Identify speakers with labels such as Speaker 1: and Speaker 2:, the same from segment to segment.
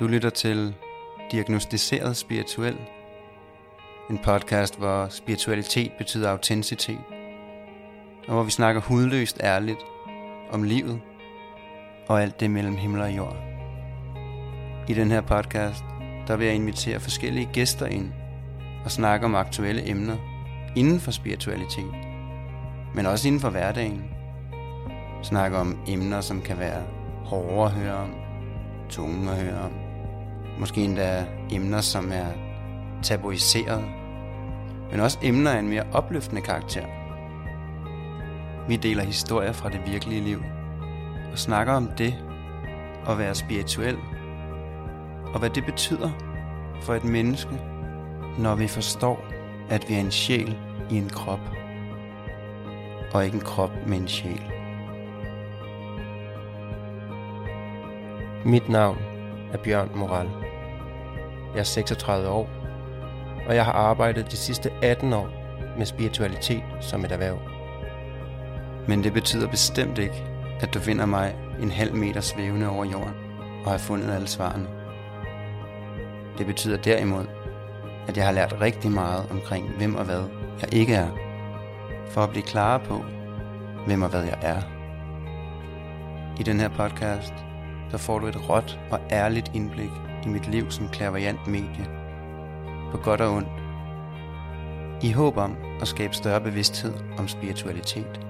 Speaker 1: Du lytter til Diagnostiseret Spirituel, en podcast, hvor spiritualitet betyder autenticitet, og hvor vi snakker hudløst ærligt om livet og alt det mellem himmel og jord. I den her podcast, der vil jeg invitere forskellige gæster ind og snakke om aktuelle emner inden for spiritualitet, men også inden for hverdagen. Snakke om emner, som kan være hårde at høre om, tunge at høre om. Måske endda emner, som er tabuiseret, men også emner af en mere opløftende karakter. Vi deler historier fra det virkelige liv og snakker om det at være spirituel og hvad det betyder for et menneske, når vi forstår, at vi er en sjæl i en krop og ikke en krop med en sjæl.
Speaker 2: Mit navn er Bjørn Moral. Jeg er 36 år, og jeg har arbejdet de sidste 18 år med spiritualitet som et erhverv.
Speaker 1: Men det betyder bestemt ikke, at du finder mig en halv meter svævende over jorden og har fundet alle svarene. Det betyder derimod, at jeg har lært rigtig meget omkring, hvem og hvad jeg ikke er, for at blive klarere på, hvem og hvad jeg er. I den her podcast, der får du et råt og ærligt indblik i mit liv som klaverjant medie, på godt og ondt, i håb om at skabe større bevidsthed om spiritualitet,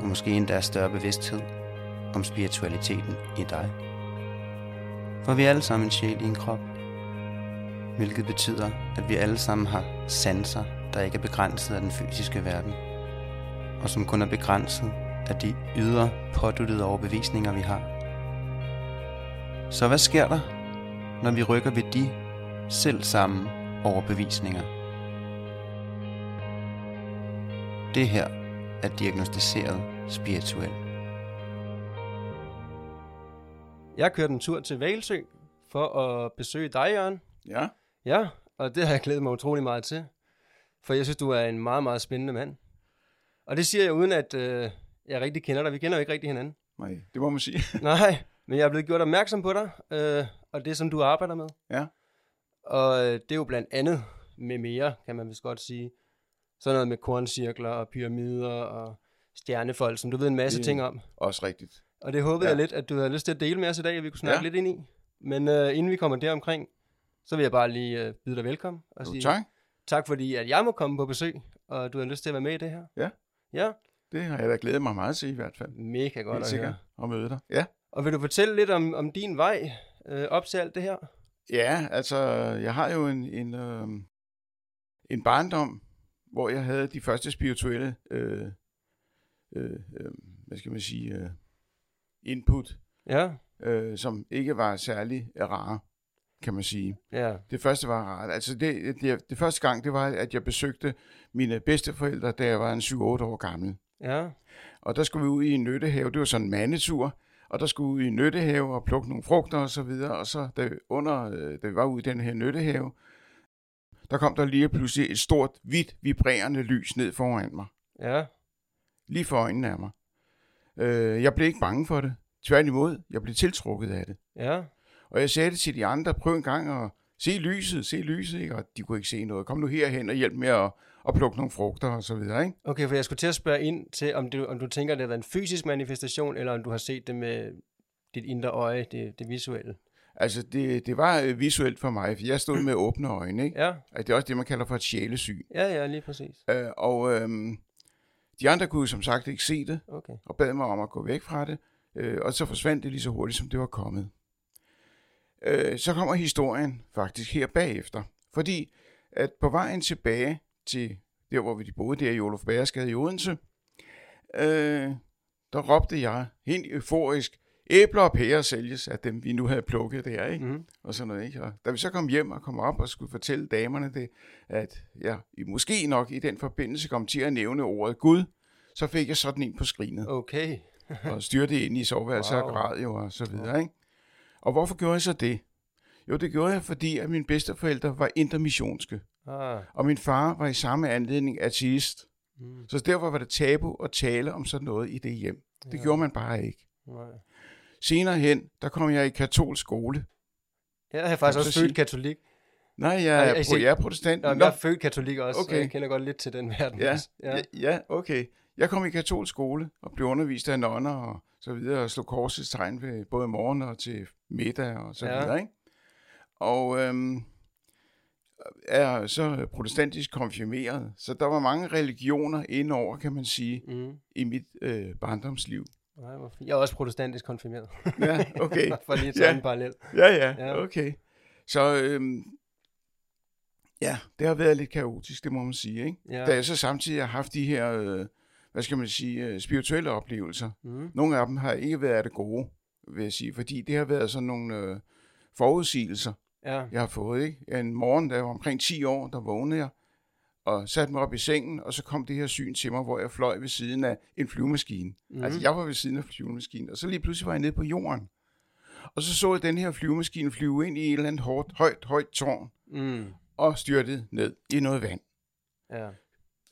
Speaker 1: og måske endda større bevidsthed om spiritualiteten i dig. For vi er alle sammen en sjæl i en krop, hvilket betyder, at vi alle sammen har sanser, der ikke er begrænset af den fysiske verden, og som kun er begrænset af de ydre påduttede overbevisninger, vi har. Så hvad sker der, når vi rykker ved de selv samme overbevisninger? Det her er diagnostiseret spirituelt.
Speaker 2: Jeg kørte en tur til Valsø for at besøge dig, Jørgen.
Speaker 3: Ja,
Speaker 2: Ja, og det har jeg glædet mig utrolig meget til, for jeg synes, du er en meget, meget spændende mand. Og det siger jeg uden, at øh, jeg rigtig kender dig. Vi kender jo ikke rigtig hinanden.
Speaker 3: nej, det må man sige.
Speaker 2: Nej, men jeg er blevet gjort opmærksom på dig, øh, og det, som du arbejder med.
Speaker 3: Ja.
Speaker 2: Og øh, det er jo blandt andet med mere, kan man vist godt sige. Sådan noget med korncirkler og pyramider og stjernefolk, som du ved en masse
Speaker 3: Det-
Speaker 2: ting om.
Speaker 3: Også rigtigt.
Speaker 2: Og det håbede ja.
Speaker 3: Ja.
Speaker 2: jeg lidt, at du havde lyst til at dele med os i dag, at vi kunne snakke ja.
Speaker 3: Ja.
Speaker 2: lidt ind i. Men øh, inden vi kommer deromkring, så vil jeg bare lige øh, byde dig velkommen og
Speaker 3: Jo,
Speaker 2: sige
Speaker 3: tak.
Speaker 2: tak, fordi at jeg må komme på besøg, og du har lyst til at være med i det her.
Speaker 3: Ja.
Speaker 2: Ja,
Speaker 3: Det har jeg da glædet mig meget til i hvert fald.
Speaker 2: mega godt
Speaker 3: Helt
Speaker 2: at høre.
Speaker 3: sikkert at møde dig. Ja.
Speaker 2: Og vil du fortælle lidt om, om din vej øh, op til alt det her?
Speaker 3: ja, altså jeg har jo en, en, øh, en barndom, hvor jeg havde de første spirituelle, øh, øh, øh, hvad skal man sige, øh, input,
Speaker 2: Ja,
Speaker 3: øh, som ikke var særlig rare, kan man sige.
Speaker 2: ja.
Speaker 3: Det første var rart. Altså det, det, det første gang, det var, at jeg besøgte mine bedsteforældre, da jeg var en 7-8 år gammel.
Speaker 2: Ja,
Speaker 3: Og der skulle vi ud i en nyttehave. Det var sådan en mandetur. Og der skulle vi ud i en nyttehave og plukke nogle frugter og så videre. Og så da, under, øh, da vi var ude i den her nyttehave, der kom der lige pludselig et stort, hvidt, vibrerende lys ned foran mig.
Speaker 2: ja,
Speaker 3: Lige for øjnene af mig. Øh, jeg blev ikke bange for det. Tværtimod, jeg blev tiltrukket af det.
Speaker 2: ja,
Speaker 3: Og jeg sagde det til de andre, prøv en gang at se lyset, se lyset, ikke? og de kunne ikke se noget. Kom nu herhen og hjælp med at, at plukke nogle frugter og så videre. Ikke?
Speaker 2: Okay, for jeg skulle til at spørge ind til, om du, om du tænker, at det har været en fysisk manifestation, eller om du har set det med dit indre øje, det, det visuelle.
Speaker 3: Altså, det, det var øh, visuelt for mig, for jeg stod med åbne øjne. Ikke?
Speaker 2: Ja,
Speaker 3: Altså, det er også det, man kalder for et sjælesyn.
Speaker 2: ja, ja, lige præcis.
Speaker 3: Øh, og øhm, de andre kunne som sagt ikke se det,
Speaker 2: Okay.
Speaker 3: og bad mig om at gå væk fra det, øh, og så forsvandt det lige så hurtigt, som det var kommet. Øh, så kommer historien faktisk her bagefter, fordi at på vejen tilbage til der, hvor vi de boede, der i Olof Bæresgade i Odense, øh, der råbte jeg helt euforisk, æbler og pærer sælges af dem, vi nu havde plukket der, ikke?
Speaker 2: Mm.
Speaker 3: og sådan noget. Ikke? Og da vi så kom hjem og kom op og skulle fortælle damerne det, at jeg i- måske nok i den forbindelse kom til at nævne ordet Gud, så fik jeg sådan en på skrinet
Speaker 2: Okay,
Speaker 3: og styrte ind i soveværelset wow.
Speaker 2: Wow.
Speaker 3: og græd jo og så videre. Ikke? Og hvorfor gjorde jeg så det? Jo, det gjorde jeg, fordi at mine bedsteforældre var intermissionske,
Speaker 2: ah,
Speaker 3: og min far var i samme anledning ateist.
Speaker 2: mm.
Speaker 3: Så derfor var det tabu at tale om sådan noget i det hjem. Det
Speaker 2: Ja.
Speaker 3: gjorde man bare ikke.
Speaker 2: nej.
Speaker 3: Senere hen, der kom jeg i katolsk skole,
Speaker 2: Jeg er faktisk
Speaker 3: Kan du
Speaker 2: også
Speaker 3: så
Speaker 2: født
Speaker 3: sige-
Speaker 2: katolik.
Speaker 3: Nej, jeg,
Speaker 2: jeg
Speaker 3: jeg,
Speaker 2: kan
Speaker 3: er,
Speaker 2: se-
Speaker 3: pro- jeg er protestant.
Speaker 2: Nå,
Speaker 3: Nå,
Speaker 2: men jeg er født katolik også, okay. så
Speaker 3: Okay.
Speaker 2: jeg kender godt lidt til den verden.
Speaker 3: Ja,
Speaker 2: også.
Speaker 3: ja. ja, okay. Jeg kom i katolsk skole og blev undervist af nonner og så videre, og slog korsets tegn ved både morgen og til middag og så
Speaker 2: Ja.
Speaker 3: ja. videre, ikke? Og øhm, er så protestantisk konfirmeret, så der var mange religioner indover, kan man sige,
Speaker 2: Mm.
Speaker 3: i mit øh, barndomsliv.
Speaker 2: Nej, hvor fint. Jeg er også protestantisk konfirmeret,
Speaker 3: Ja, okay.
Speaker 2: for lige at tage
Speaker 3: Ja.
Speaker 2: en parallel.
Speaker 3: Ja, ja,
Speaker 2: Ja.
Speaker 3: okay. Så øhm, ja, det har været lidt kaotisk, det må man sige, ikke?
Speaker 2: Ja.
Speaker 3: Da jeg så samtidig har haft de her, øh, hvad skal man sige, øh, spirituelle oplevelser.
Speaker 2: Mm.
Speaker 3: Nogle af dem har ikke været af det gode, vil jeg sige, fordi det har været sådan nogle øh, forudsigelser,
Speaker 2: Ja.
Speaker 3: jeg har fået, ikke? En morgen, da jeg var omkring 10 år, der vågnede jeg og satte mig op i sengen, og så kom det her syn til mig, hvor jeg fløj ved siden af en flyvemaskine.
Speaker 2: Mm.
Speaker 3: Altså, jeg var ved siden af flyvemaskinen, og så lige pludselig var jeg nede på jorden. Og så så jeg den her flyvemaskine flyve ind i et eller andet hårdt, højt, højt tårn,
Speaker 2: Mm.
Speaker 3: og styrtede ned i noget vand.
Speaker 2: Ja.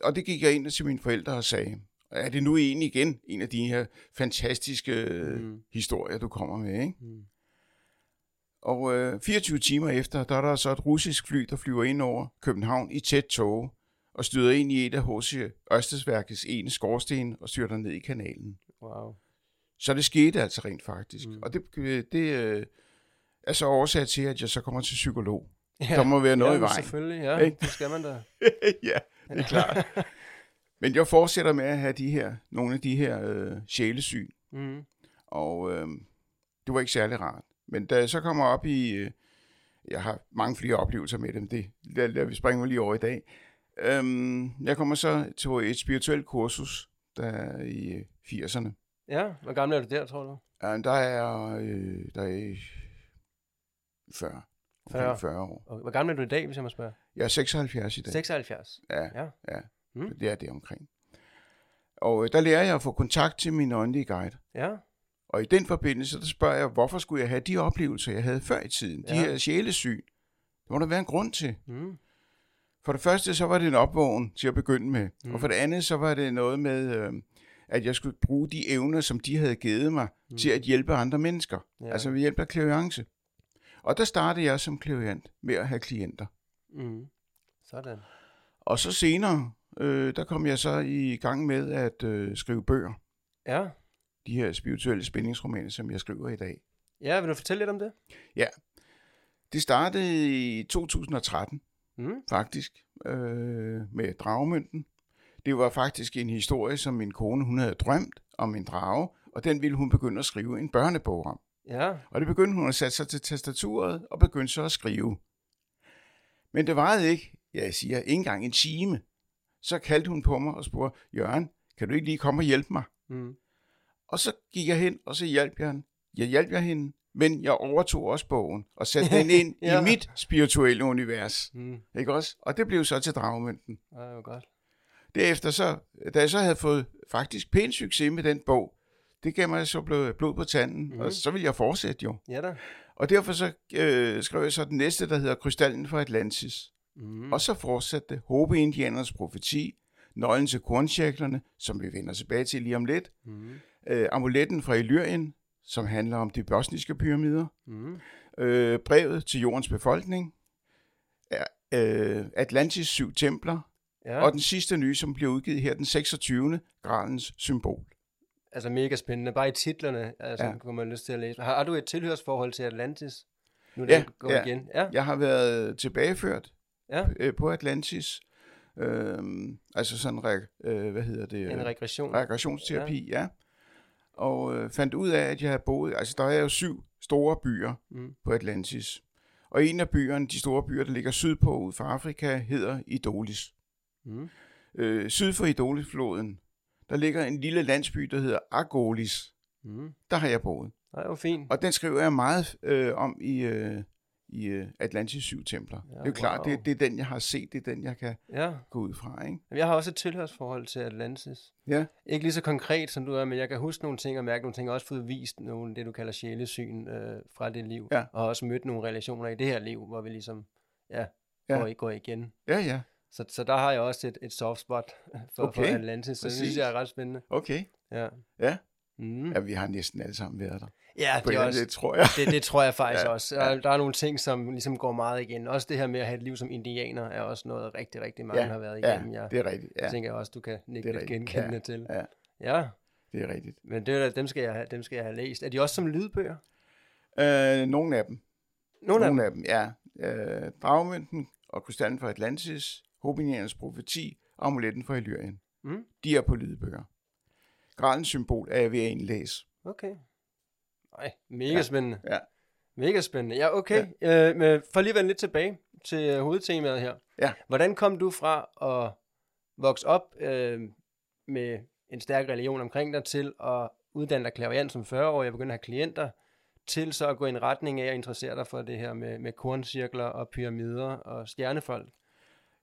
Speaker 3: Og det gik jeg ind til mine forældre og sagde, er det nu en igen, en af de her fantastiske mm.
Speaker 2: Mm.
Speaker 3: historier, du kommer med, ikke?
Speaker 2: Mm.
Speaker 3: Og øh, 24 timer efter, der er der så et russisk fly, der flyver ind over København i tæt tog, og støder ind i et af H.C. Ørstedsværkets ene skorsten og styrter ned i kanalen.
Speaker 2: Wow.
Speaker 3: Så det skete altså rent faktisk.
Speaker 2: Mm.
Speaker 3: Mm. Og det, det øh, er så årsag til, at jeg så kommer til psykolog.
Speaker 2: Ja.
Speaker 3: Ja. Der må være noget
Speaker 2: ja,
Speaker 3: i
Speaker 2: men
Speaker 3: vejen.
Speaker 2: selvfølgelig, ja.
Speaker 3: Ikke?
Speaker 2: Det skal man da.
Speaker 3: ja, det er klart. Men jeg fortsætter med at have de her, nogle af de her øh, sjælesyn.
Speaker 2: Mm.
Speaker 3: Og øh, det var ikke særlig rart. Men da jeg så kommer op i... Øh, jeg har mange flere oplevelser med dem. Det lader, lader vi springe lige over i dag. Øhm, jeg kommer så til et spirituelt kursus der er i øh, 80'erne.
Speaker 2: Ja, hvor gammel er du der, tror du?
Speaker 3: Ja, der er, øh, der er 40.
Speaker 2: 40.
Speaker 3: 40. 40 år.
Speaker 2: Og hvor gammel er du i dag, hvis jeg må spørge?
Speaker 3: Jeg er 76 i dag.
Speaker 2: 76.
Speaker 3: Ja,
Speaker 2: Ja.
Speaker 3: ja. ja.
Speaker 2: Mm.
Speaker 3: Mm. Det er det omkring. Og øh, der lærer jeg at få kontakt til min åndelige guide.
Speaker 2: Ja.
Speaker 3: Og i den forbindelse, der spørger jeg, hvorfor skulle jeg have de oplevelser, jeg havde før i tiden? Ja. De
Speaker 2: Ja.
Speaker 3: her sjælesyn. Det må der være en grund til.
Speaker 2: Mm.
Speaker 3: For det første, så var det en opvågen til at begynde med.
Speaker 2: Mm.
Speaker 3: Mm. Og for det andet, så var det noget med, øh, at jeg skulle bruge de evner, som de havde givet mig,
Speaker 2: Mm.
Speaker 3: mm. til at hjælpe andre mennesker.
Speaker 2: Ja.
Speaker 3: Altså ved hjælp af klaviance. Og der startede jeg som klaviant med at have klienter.
Speaker 2: Mm. Sådan.
Speaker 3: Og så senere, øh, der kom jeg så i gang med at øh, skrive bøger.
Speaker 2: Ja.
Speaker 3: De her spirituelle spændingsromaner, som jeg skriver i dag.
Speaker 2: Ja, vil du fortælle lidt om det?
Speaker 3: Det startede i 2013
Speaker 2: Mm.
Speaker 3: faktisk øh, med dragmønten. Det var faktisk en historie, som min kone hun havde drømt om en drage, og den ville hun begynde at skrive en børnebog om.
Speaker 2: Ja.
Speaker 3: Og det begyndte hun at sætte sig til tastaturet og begyndte så at skrive. Men det varede ikke, jeg siger, ikke engang en time. Så kaldte hun på mig og spurgte, Jørgen, kan du ikke lige komme og hjælpe mig?
Speaker 2: Mm.
Speaker 3: Og så gik jeg hen, og så hjalp jeg hende. Jeg hjalp jeg hende, men jeg overtog også bogen og satte den ind
Speaker 2: Ja.
Speaker 3: ja. i mit spirituelle univers.
Speaker 2: Mm.
Speaker 3: Ikke også? Og det blev så til dragmønten.
Speaker 2: Ja, det var godt.
Speaker 3: Derefter så, da jeg så havde fået faktisk pæn succes med den bog, det gav mig så blod, blod på tanden,
Speaker 2: Mhm.
Speaker 3: mm. og så ville jeg fortsætte jo.
Speaker 2: Ja da.
Speaker 3: Og derfor så øh, skrev jeg så den næste, der hedder Krystallen fra Atlantis.
Speaker 2: Mm.
Speaker 3: Mm. Og så fortsatte det Håbe-indianernes profeti, Nøglen til kornchæklerne, som vi vender tilbage til lige om lidt,
Speaker 2: Mm.
Speaker 3: øh, Amuletten fra Illyrien, som handler om de bosniske pyramider,
Speaker 2: Mm.
Speaker 3: øh, Brevet til jordens befolkning, ja, øh, Atlantis syv templer,
Speaker 2: Ja.
Speaker 3: ja. og den sidste nye, som bliver udgivet her den 26. Gralens symbol.
Speaker 2: Altså mega spændende. Bare i titlerne, altså, ja.
Speaker 3: Ja.
Speaker 2: kunne man lyst til at læse. Har, har du et tilhørsforhold til Atlantis? Nu er
Speaker 3: Ja,
Speaker 2: det gået
Speaker 3: ja.
Speaker 2: igen. Ja.
Speaker 3: Jeg har været tilbageført
Speaker 2: Ja.
Speaker 3: øh, på Atlantis. Øhm, altså sådan en, re- øh, hvad hedder det?
Speaker 2: En
Speaker 3: øh,
Speaker 2: regression.
Speaker 3: regressionsterapi, ja. ja. Og øh, fandt ud af, at jeg havde boet, altså der er jo syv store byer
Speaker 2: Mm.
Speaker 3: på Atlantis. Og en af byerne, de store byer, der ligger sydpå ud for Afrika, hedder Idolis.
Speaker 2: Mm.
Speaker 3: Øh, syd for Idolisfloden, der ligger en lille landsby, der hedder Agolis.
Speaker 2: Mm.
Speaker 3: Der har jeg boet.
Speaker 2: Nej, det var fint.
Speaker 3: Og den skriver jeg meget øh, om i, øh, i øh, Atlantis syv templer.
Speaker 2: Ja,
Speaker 3: Ja, det er jo klart,
Speaker 2: wow.
Speaker 3: det, det er den, jeg har set, det er den, jeg kan
Speaker 2: Ja.
Speaker 3: gå ud fra. Ikke?
Speaker 2: Jamen, Jeg har også et tilhørsforhold til Atlantis.
Speaker 3: Ja.
Speaker 2: Ikke lige så konkret som du er, men jeg kan huske nogle ting og mærke nogle ting. Jeg har også fået vist nogle, det du kalder sjælesyn øh, fra det liv.
Speaker 3: Ja.
Speaker 2: Og har også mødt nogle relationer i det her liv, hvor vi ligesom ja,
Speaker 3: Ja.
Speaker 2: Går, i- går igen.
Speaker 3: Ja, ja,
Speaker 2: Så, så der har jeg også et, et soft spot øh, for, okay.
Speaker 3: Okay.
Speaker 2: for Atlantis, så det synes
Speaker 3: Præcis.
Speaker 2: jeg er ret spændende.
Speaker 3: okay.
Speaker 2: Ja.
Speaker 3: Ja.
Speaker 2: Mm.
Speaker 3: Ja, vi har næsten alle sammen været der.
Speaker 2: Ja,
Speaker 3: på
Speaker 2: det,
Speaker 3: det,
Speaker 2: er også,
Speaker 3: det tror jeg.
Speaker 2: det, det tror jeg faktisk
Speaker 3: Ja,
Speaker 2: også. Der, der er nogle ting, som ligesom går meget igen. Også det her med at have et liv som indianer, er også noget rigtig, rigtig mange ja, har været igennem.
Speaker 3: ja,
Speaker 2: Jeg
Speaker 3: det er rigtigt. Ja,
Speaker 2: ja, tænker også, du kan nikke
Speaker 3: det er
Speaker 2: lidt
Speaker 3: rigtigt.
Speaker 2: genkendende
Speaker 3: Ja,
Speaker 2: til.
Speaker 3: ja.
Speaker 2: ja.
Speaker 3: det er rigtigt.
Speaker 2: Men det, er da- dem, skal jeg have, dem skal jeg have læst. Er de også som lydbøger?
Speaker 3: Øh, nogle af dem.
Speaker 2: Nogle af dem.
Speaker 3: Nogle af dem, ja. Øh, Dragmønten og Krystallen fra Atlantis, Hobinianernes profeti og Amuletten fra Illyrien.
Speaker 2: Mm.
Speaker 3: De er på lydbøger. Gralens symbol er jeg ved at indlæse.
Speaker 2: Okay. Nej, mega spændende.
Speaker 3: Ja.
Speaker 2: Mega spændende. Ja, okay. Ja. Øh, men for lige at vende lidt tilbage til øh, hovedtemaet her.
Speaker 3: Ja.
Speaker 2: Hvordan kom du fra at vokse op øh, med en stærk religion omkring dig til at uddanne dig klaverant som 40 år, jeg begyndte at have klienter, til så at gå i en retning af at interessere dig for det her med, med korncirkler og pyramider og stjernefolk?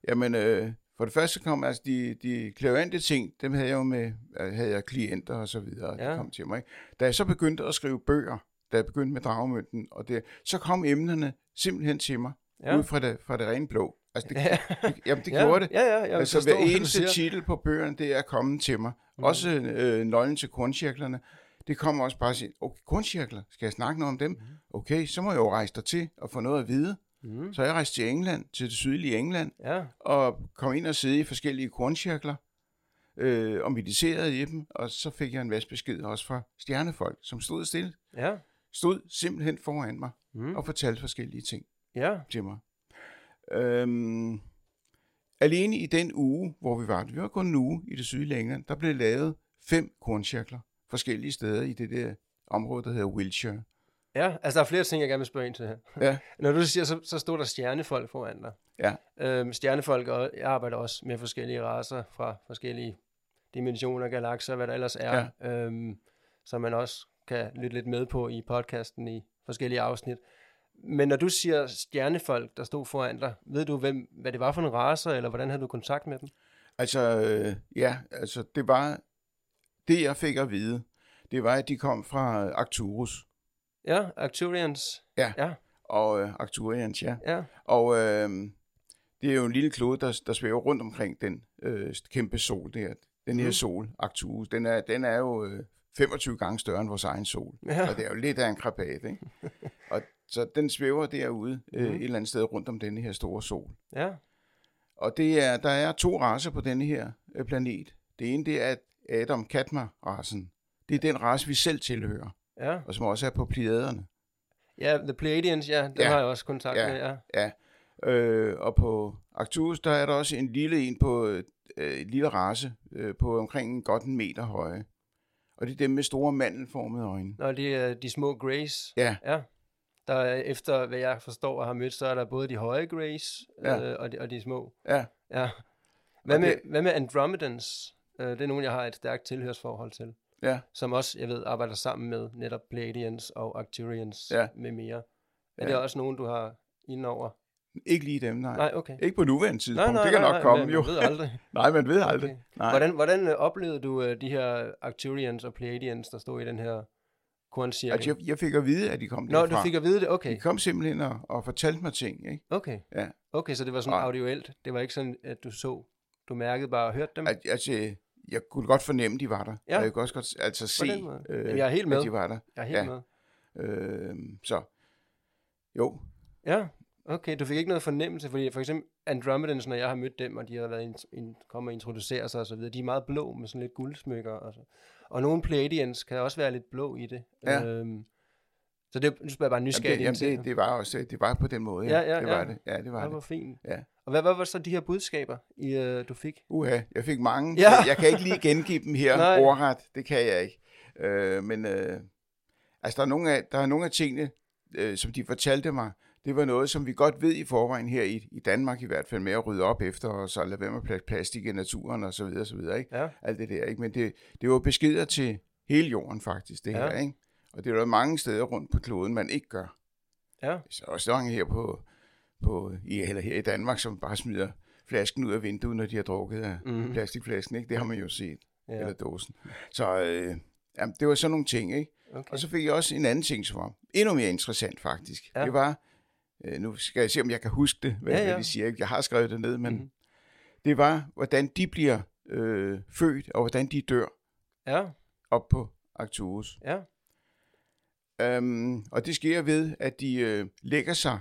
Speaker 3: Jamen, øh, for det første kom altså de, de klarante ting, dem havde jeg jo med, øh, havde jeg klienter og så videre, ja.
Speaker 2: Ja.
Speaker 3: der kom til mig. Ikke? Da jeg så begyndte at skrive bøger, da jeg begyndte med dragemønten, og det, så kom emnerne simpelthen til mig, ja.
Speaker 2: Ja.
Speaker 3: ud fra det, fra det rene blå. Altså, det,
Speaker 2: Ja.
Speaker 3: det, jamen, det ja. gjorde det.
Speaker 2: Ja, ja, jeg
Speaker 3: altså,
Speaker 2: forstår,
Speaker 3: hver
Speaker 2: hvad du
Speaker 3: eneste
Speaker 2: siger.
Speaker 3: titel på bøgerne, det er kommet til mig. Mm. Også øh, nøglen til korncirklerne. Det kommer også bare at sige, okay, korncirkler, skal jeg snakke noget om dem? Mm. Okay, så må jeg jo rejse dig til og få noget at vide.
Speaker 2: Mm-hmm. Mm.
Speaker 3: Så jeg rejste til England, til det sydlige England,
Speaker 2: Ja,
Speaker 3: og kom ind og sidde i forskellige korncirkler, øh, og mediterede i dem, og så fik jeg en masse besked også fra stjernefolk, som stod stille,
Speaker 2: ja.
Speaker 3: stod simpelthen foran mig
Speaker 2: Mm.
Speaker 3: og fortalte forskellige ting
Speaker 2: Ja,
Speaker 3: til mig. Øhm, alene i den uge, hvor vi var, vi var kun en uge i det sydlige England, der blev lavet fem korncirkler forskellige steder i det der område, der hedder Wiltshire.
Speaker 2: ja. Altså, der er flere ting, jeg gerne vil spørge ind til her.
Speaker 3: Ja,
Speaker 2: Når du siger, så, så stod der stjernefolk foran dig.
Speaker 3: Ja.
Speaker 2: Øhm, stjernefolk, og jeg arbejder også med forskellige raser fra forskellige dimensioner, galakser, hvad der ellers er, ja. øhm, som man også kan lytte lidt med på i podcasten i forskellige afsnit. Men når du siger stjernefolk, der stod foran dig, ved du, hvem, hvad det var for en raser, eller hvordan havde du kontakt med dem?
Speaker 3: altså, øh, ja, altså det var, det jeg fik at vide, det var, at de kom fra Arcturus.
Speaker 2: Ja, Arcturians.
Speaker 3: Ja.
Speaker 2: Ja,
Speaker 3: og øh, Arcturians, ja.
Speaker 2: ja.
Speaker 3: Og øh, det er jo en lille klode, der, der svæver rundt omkring den øh, kæmpe sol der. Den her
Speaker 2: Mhm.
Speaker 3: sol, Arcturus, den er, den er jo øh, 25 gange større end vores egen sol.
Speaker 2: ja.
Speaker 3: Og det er jo lidt af en krabat, ikke? Og, så den svæver derude øh,
Speaker 2: Mhm.
Speaker 3: et eller andet sted rundt om denne her store sol.
Speaker 2: ja.
Speaker 3: Og det er, der er to raser på denne her øh, planet. Det ene, det er Adam Katmar-rasen. Det er den race, vi selv tilhører,
Speaker 2: Ja,
Speaker 3: og som også er på pliaderne.
Speaker 2: ja, The Pleiadians, ja, dem
Speaker 3: Ja.
Speaker 2: ja. har jeg også kontakt
Speaker 3: Ja.
Speaker 2: med, ja.
Speaker 3: Øh, og på Arcturus, der er der også en lille en på øh, en lille race øh, på omkring en godt en meter høje. Og det er dem med store mandelformede øjne.
Speaker 2: Nå, de, er de små grays.
Speaker 3: Ja.
Speaker 2: ja. Der er, efter hvad jeg forstår og har mødt, så er der både de høje grays
Speaker 3: Ja.
Speaker 2: ja. øh, og, de, og de små.
Speaker 3: Ja,
Speaker 2: Ja. Hvad,
Speaker 3: Og
Speaker 2: med,
Speaker 3: det-
Speaker 2: hvad med Andromedans? Øh, det er nogen, jeg har et stærkt tilhørsforhold til.
Speaker 3: Ja.
Speaker 2: Som også, jeg ved, arbejder sammen med netop Pleiadians og Arcturians
Speaker 3: Ja.
Speaker 2: med mere.
Speaker 3: Ja.
Speaker 2: Er det også nogen, du har indover?
Speaker 3: ikke lige dem, nej. nej.
Speaker 2: Nej, okay.
Speaker 3: Ikke på nuværende tidspunkt. Nej, nej, det kan nej, nok nej, komme,
Speaker 2: men
Speaker 3: jo.
Speaker 2: Jeg ved aldrig.
Speaker 3: nej, man ved aldrig.
Speaker 2: Okay.
Speaker 3: Nej.
Speaker 2: Hvordan, hvordan øh, oplevede du øh, de her Arcturians og Pleiadians, der stod i den her korncirkel?
Speaker 3: Altså, jeg, jeg fik at vide, at de kom
Speaker 2: Nå,
Speaker 3: derfra.
Speaker 2: du fik at vide det? Okay.
Speaker 3: De kom simpelthen og, og fortalte mig ting, ikke?
Speaker 2: Okay.
Speaker 3: Ja.
Speaker 2: Okay, så det var sådan
Speaker 3: Og-
Speaker 2: audioelt. Det var ikke sådan, at du så, du mærkede bare og hørte dem.
Speaker 3: At, altså, jeg kunne godt fornemme, de var der.
Speaker 2: Mm. Ja.
Speaker 3: Og jeg kunne også godt altså, se,
Speaker 2: den måde.
Speaker 3: øh,
Speaker 2: Jamen, jeg er helt
Speaker 3: at
Speaker 2: med.
Speaker 3: de var der.
Speaker 2: Jeg er helt
Speaker 3: ja.
Speaker 2: med.
Speaker 3: Øh, så, jo,
Speaker 2: Ja, okay. Du fik ikke noget fornemmelse, fordi for eksempel Andromedans, når jeg har mødt dem, og de har været ind, ind, kommet og introducere sig og så videre, de er meget blå med sådan lidt guldsmykker og så. Og nogle Pleiadians kan også være lidt blå i det.
Speaker 3: Ja.
Speaker 2: Øhm, så det, nu spørger jeg bare nysgerrigt
Speaker 3: jamen, det,
Speaker 2: ind til
Speaker 3: jamen det, det var også øh, det var på den måde. Ja, ja, ja det var ja. det. Ja, det var
Speaker 2: Ej,
Speaker 3: det.
Speaker 2: hvor fint.
Speaker 3: Ja.
Speaker 2: Og hvad, hvad var så de her budskaber, I, øh, du fik?
Speaker 3: Uha, jeg fik mange. Ja.
Speaker 2: Ja.
Speaker 3: Jeg kan ikke lige gengive dem her
Speaker 2: Nej.
Speaker 3: ordret. Det kan jeg ikke. Øh, men øh, altså, der er nogle af, der er nogle af tingene, øh, som de fortalte mig, det var noget, som vi godt ved i forvejen her i, i Danmark i hvert fald, med at rydde op efter os og lade være med at plads- plastik i naturen og så videre, så videre, ikke?
Speaker 2: Ja.
Speaker 3: Alt det der, ikke? Men det, det var beskeder til hele jorden faktisk, det ja.
Speaker 2: Ja.
Speaker 3: her, ikke? Og det er der mange steder rundt på kloden, man ikke gør.
Speaker 2: Ja.
Speaker 3: Så er også mange her på, på i, eller her i Danmark, som bare smider flasken ud af vinduet, når de har drukket af mm.
Speaker 2: Mhm.
Speaker 3: plastikflasken. Ikke? Det har man jo set. Ja. Eller
Speaker 2: Ja,
Speaker 3: dåsen. Så øh, jamen, det var sådan nogle ting. Ikke?
Speaker 2: okay.
Speaker 3: Og så fik jeg også en anden ting, som var endnu mere interessant faktisk. Ja.
Speaker 2: Ja.
Speaker 3: Det var, øh, nu skal jeg se, om jeg kan huske det, hvad,
Speaker 2: Ja,
Speaker 3: ja, ja.
Speaker 2: ja.
Speaker 3: hvad de siger. ikke? Jeg har skrevet det ned, men mm.
Speaker 2: Mhm.
Speaker 3: det var, hvordan de bliver øh, født, og hvordan de dør
Speaker 2: Ja,
Speaker 3: op på Arcturus.
Speaker 2: ja.
Speaker 3: Øhm, og det sker ved, at de øh, lægger sig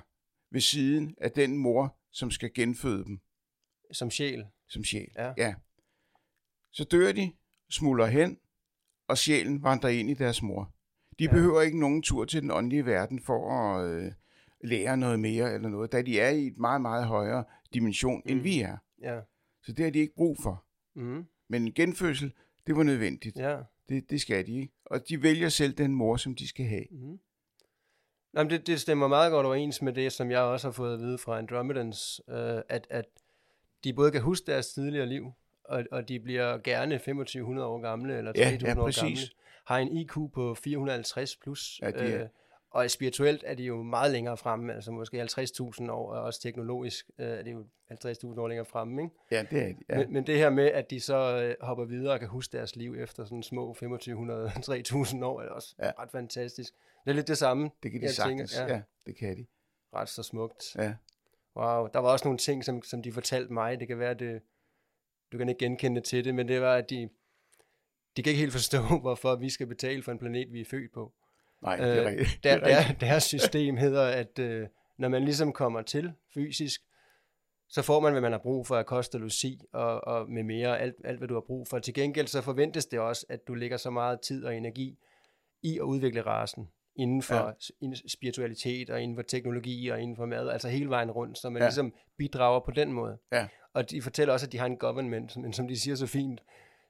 Speaker 3: ved siden af den mor, som skal genføde dem
Speaker 2: Som sjæl.
Speaker 3: som sjæl.
Speaker 2: Ja.
Speaker 3: ja. Så dør de, smuldrer hen, og sjælen vandrer ind i deres mor.
Speaker 2: Ja.
Speaker 3: De ja. behøver ikke nogen tur til den åndelige verden for at øh, lære noget mere eller noget, da de er i et meget, meget højere dimension, mm. end
Speaker 2: Mm.
Speaker 3: vi er.
Speaker 2: Ja.
Speaker 3: Så det har de ikke brug for.
Speaker 2: Mm.
Speaker 3: Men en genfødsel, det var nødvendigt. Ja.
Speaker 2: Ja.
Speaker 3: Det, det skal de, ikke? Og de vælger selv den mor, som de skal have.
Speaker 2: Mm. Nå, men det, det stemmer meget godt overens med det, som jeg også har fået at vide fra Andromedans, øh, at, at de både kan huske deres tidligere liv, og, og de bliver gerne 2500 år gamle, eller
Speaker 3: Ja,
Speaker 2: 3000
Speaker 3: ja,
Speaker 2: år
Speaker 3: præcis.
Speaker 2: gamle, har en IQ på 450 plus,
Speaker 3: Ja, det er-
Speaker 2: øh, og spirituelt er de jo meget længere fremme, altså måske 50.000 år, og også teknologisk øh, er det jo 50.000 år længere fremme, ikke?
Speaker 3: Ja, det er de.
Speaker 2: Ja.
Speaker 3: Ja.
Speaker 2: Men, men det her med, at de så øh, hopper videre og kan huske deres liv efter sådan små 2500-3000 år, er også ja.
Speaker 3: Ja.
Speaker 2: ret fantastisk. Det er lidt det samme.
Speaker 3: Det kan de
Speaker 2: jeg tænker,
Speaker 3: sagtens. ja. ja, det kan de.
Speaker 2: Ret så smukt.
Speaker 3: Ja.
Speaker 2: Wow, der var også nogle ting, som, som de fortalte mig. Det kan være, at det, du kan ikke genkende det til det, men det var, at de, de kan ikke helt forstå, hvorfor vi skal betale for en planet, vi er født på.
Speaker 3: Nej, det er
Speaker 2: Øh,
Speaker 3: rigtigt.
Speaker 2: Der,
Speaker 3: det er rigtigt.
Speaker 2: der, deres system hedder, at øh, når man ligesom kommer til fysisk, så får man, hvad man har brug for af kost og logi og, og med mere, alt, alt hvad du har brug for. Til gengæld så forventes det også, at du lægger så meget tid og energi i at udvikle rasen inden for
Speaker 3: Ja.
Speaker 2: ja. spiritualitet og inden for teknologi og inden for mad, altså hele vejen rundt, så man ja.
Speaker 3: Ja.
Speaker 2: ligesom bidrager på den måde.
Speaker 3: Ja.
Speaker 2: Og de fortæller også, at de har en government, men som de siger så fint,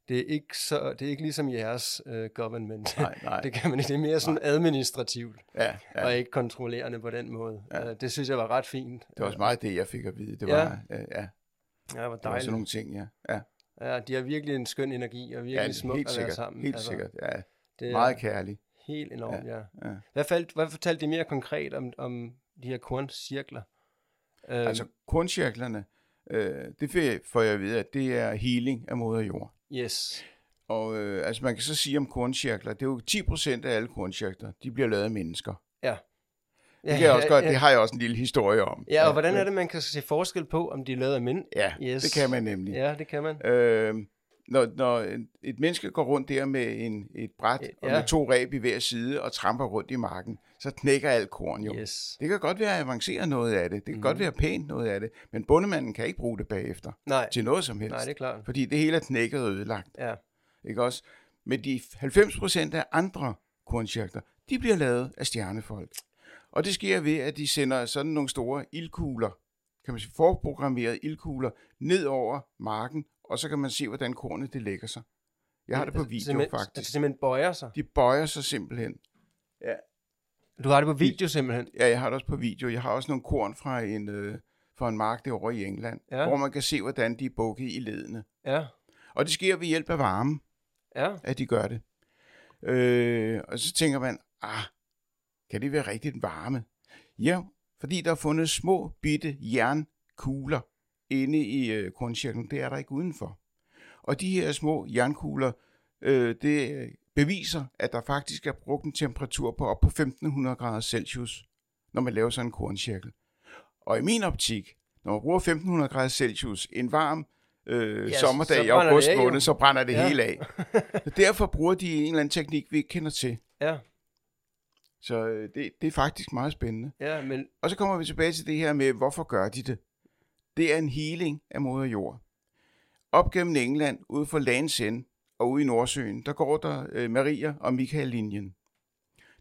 Speaker 2: det er ikke, så, det er ikke ligesom jeres øh, government.
Speaker 3: Nej, nej.
Speaker 2: Det kan man ikke. Det er mere sådan administrativt
Speaker 3: Ja,
Speaker 2: ja.
Speaker 3: ja.
Speaker 2: og ikke kontrollerende på den måde.
Speaker 3: Ja.
Speaker 2: Ja. Det synes jeg var ret fint.
Speaker 3: Det var også meget det, jeg fik at vide. Det
Speaker 2: Ja.
Speaker 3: var, ja, ja,
Speaker 2: Ja, det var
Speaker 3: det var
Speaker 2: dejligt.
Speaker 3: sådan nogle ting, ja. ja.
Speaker 2: Ja, de har virkelig en skøn energi og virkelig ja, smukt
Speaker 3: helt
Speaker 2: at være
Speaker 3: sikkert.
Speaker 2: sammen. altså.
Speaker 3: Helt sikkert, ja.
Speaker 2: Det er
Speaker 3: Meget kærlig.
Speaker 2: helt enormt, ja. ja.
Speaker 3: Ja.
Speaker 2: Hvad, fald, hvad fortalte de mere konkret om, om de her korncirkler? Øhm,
Speaker 3: Altså korncirklerne, øh, det fe- får jeg at vide, at det er healing af moder jord.
Speaker 2: yes.
Speaker 3: Og øh, altså man kan så sige om korncirkler, det er jo 10% af alle korncirkler, de bliver lavet af mennesker. Det, kan jeg også godt,
Speaker 2: ja,
Speaker 3: det har jeg også en lille historie om.
Speaker 2: ja, og hvordan er det, man kan se forskel på, om de er lavet af mænd?
Speaker 3: Ja,
Speaker 2: Yes.
Speaker 3: yes. det kan man nemlig.
Speaker 2: Ja, det kan man.
Speaker 3: Øh, når, når en- et menneske går rundt der med en, et bræt
Speaker 2: Øh, Ja.
Speaker 3: og med to ræb i hver side og tramper rundt i marken, så knækker alt korn jo.
Speaker 2: Yes.
Speaker 3: Det kan godt være at avancere noget af det, det kan
Speaker 2: Mhm.
Speaker 3: mm. godt være pænt noget af det, men bondemanden kan ikke bruge det bagefter
Speaker 2: Nej,
Speaker 3: til noget som helst,
Speaker 2: nej, det er klart.
Speaker 3: fordi det hele er knækket og ødelagt,
Speaker 2: Ja,
Speaker 3: ikke også? Men de 90 procent af andre kornsjakter, de bliver lavet af stjernefolk. Og det sker ved, at de sender sådan nogle store ildkugler, kan man sige, forprogrammerede ildkugler, ned over marken, og så kan man se, hvordan kornet det lægger sig. Jeg har det på
Speaker 2: Altså,
Speaker 3: video,
Speaker 2: simpelthen-
Speaker 3: faktisk.
Speaker 2: Altså simpelthen bøjer sig.
Speaker 3: De bøjer sig simpelthen.
Speaker 2: Du har det på video simpelthen.
Speaker 3: Ja, jeg har det også på video. Jeg har også nogle korn fra en, øh, fra en mark derovre i England,
Speaker 2: Ja.
Speaker 3: ja. hvor man kan se, hvordan de er bukket i ledene.
Speaker 2: Ja,
Speaker 3: Og det sker ved hjælp af varme,
Speaker 2: ja.
Speaker 3: at de gør det. Øh, og så tænker man, ah, kan det være rigtigt varme? Ja, fordi der er fundet små bitte jernkugler inde i øh, korncirklen. Det er der ikke udenfor. Og de her små jernkugler, øh, det øh, beviser, at der faktisk er brugt en temperatur på op på 1500 grader Celsius, når man laver sådan en korncirkel. Og i min optik, når man bruger 1500 grader Celsius en varm øh,
Speaker 2: Ja,
Speaker 3: ja,
Speaker 2: så-
Speaker 3: sommerdag
Speaker 2: så
Speaker 3: i
Speaker 2: brænder det
Speaker 3: august
Speaker 2: af, jo.
Speaker 3: måned, så brænder det
Speaker 2: Ja.
Speaker 3: ja. hele af. Så derfor bruger de en eller anden teknik, vi ikke kender til.
Speaker 2: Ja,
Speaker 3: Så øh, det, det er faktisk meget spændende.
Speaker 2: ja, men
Speaker 3: Og så kommer vi tilbage til det her med, hvorfor gør de det? Det er en healing af moder jord. Op gennem England, ude for Land's End og ude i Nordsøen, der går der øh, Maria og Michael-linjen.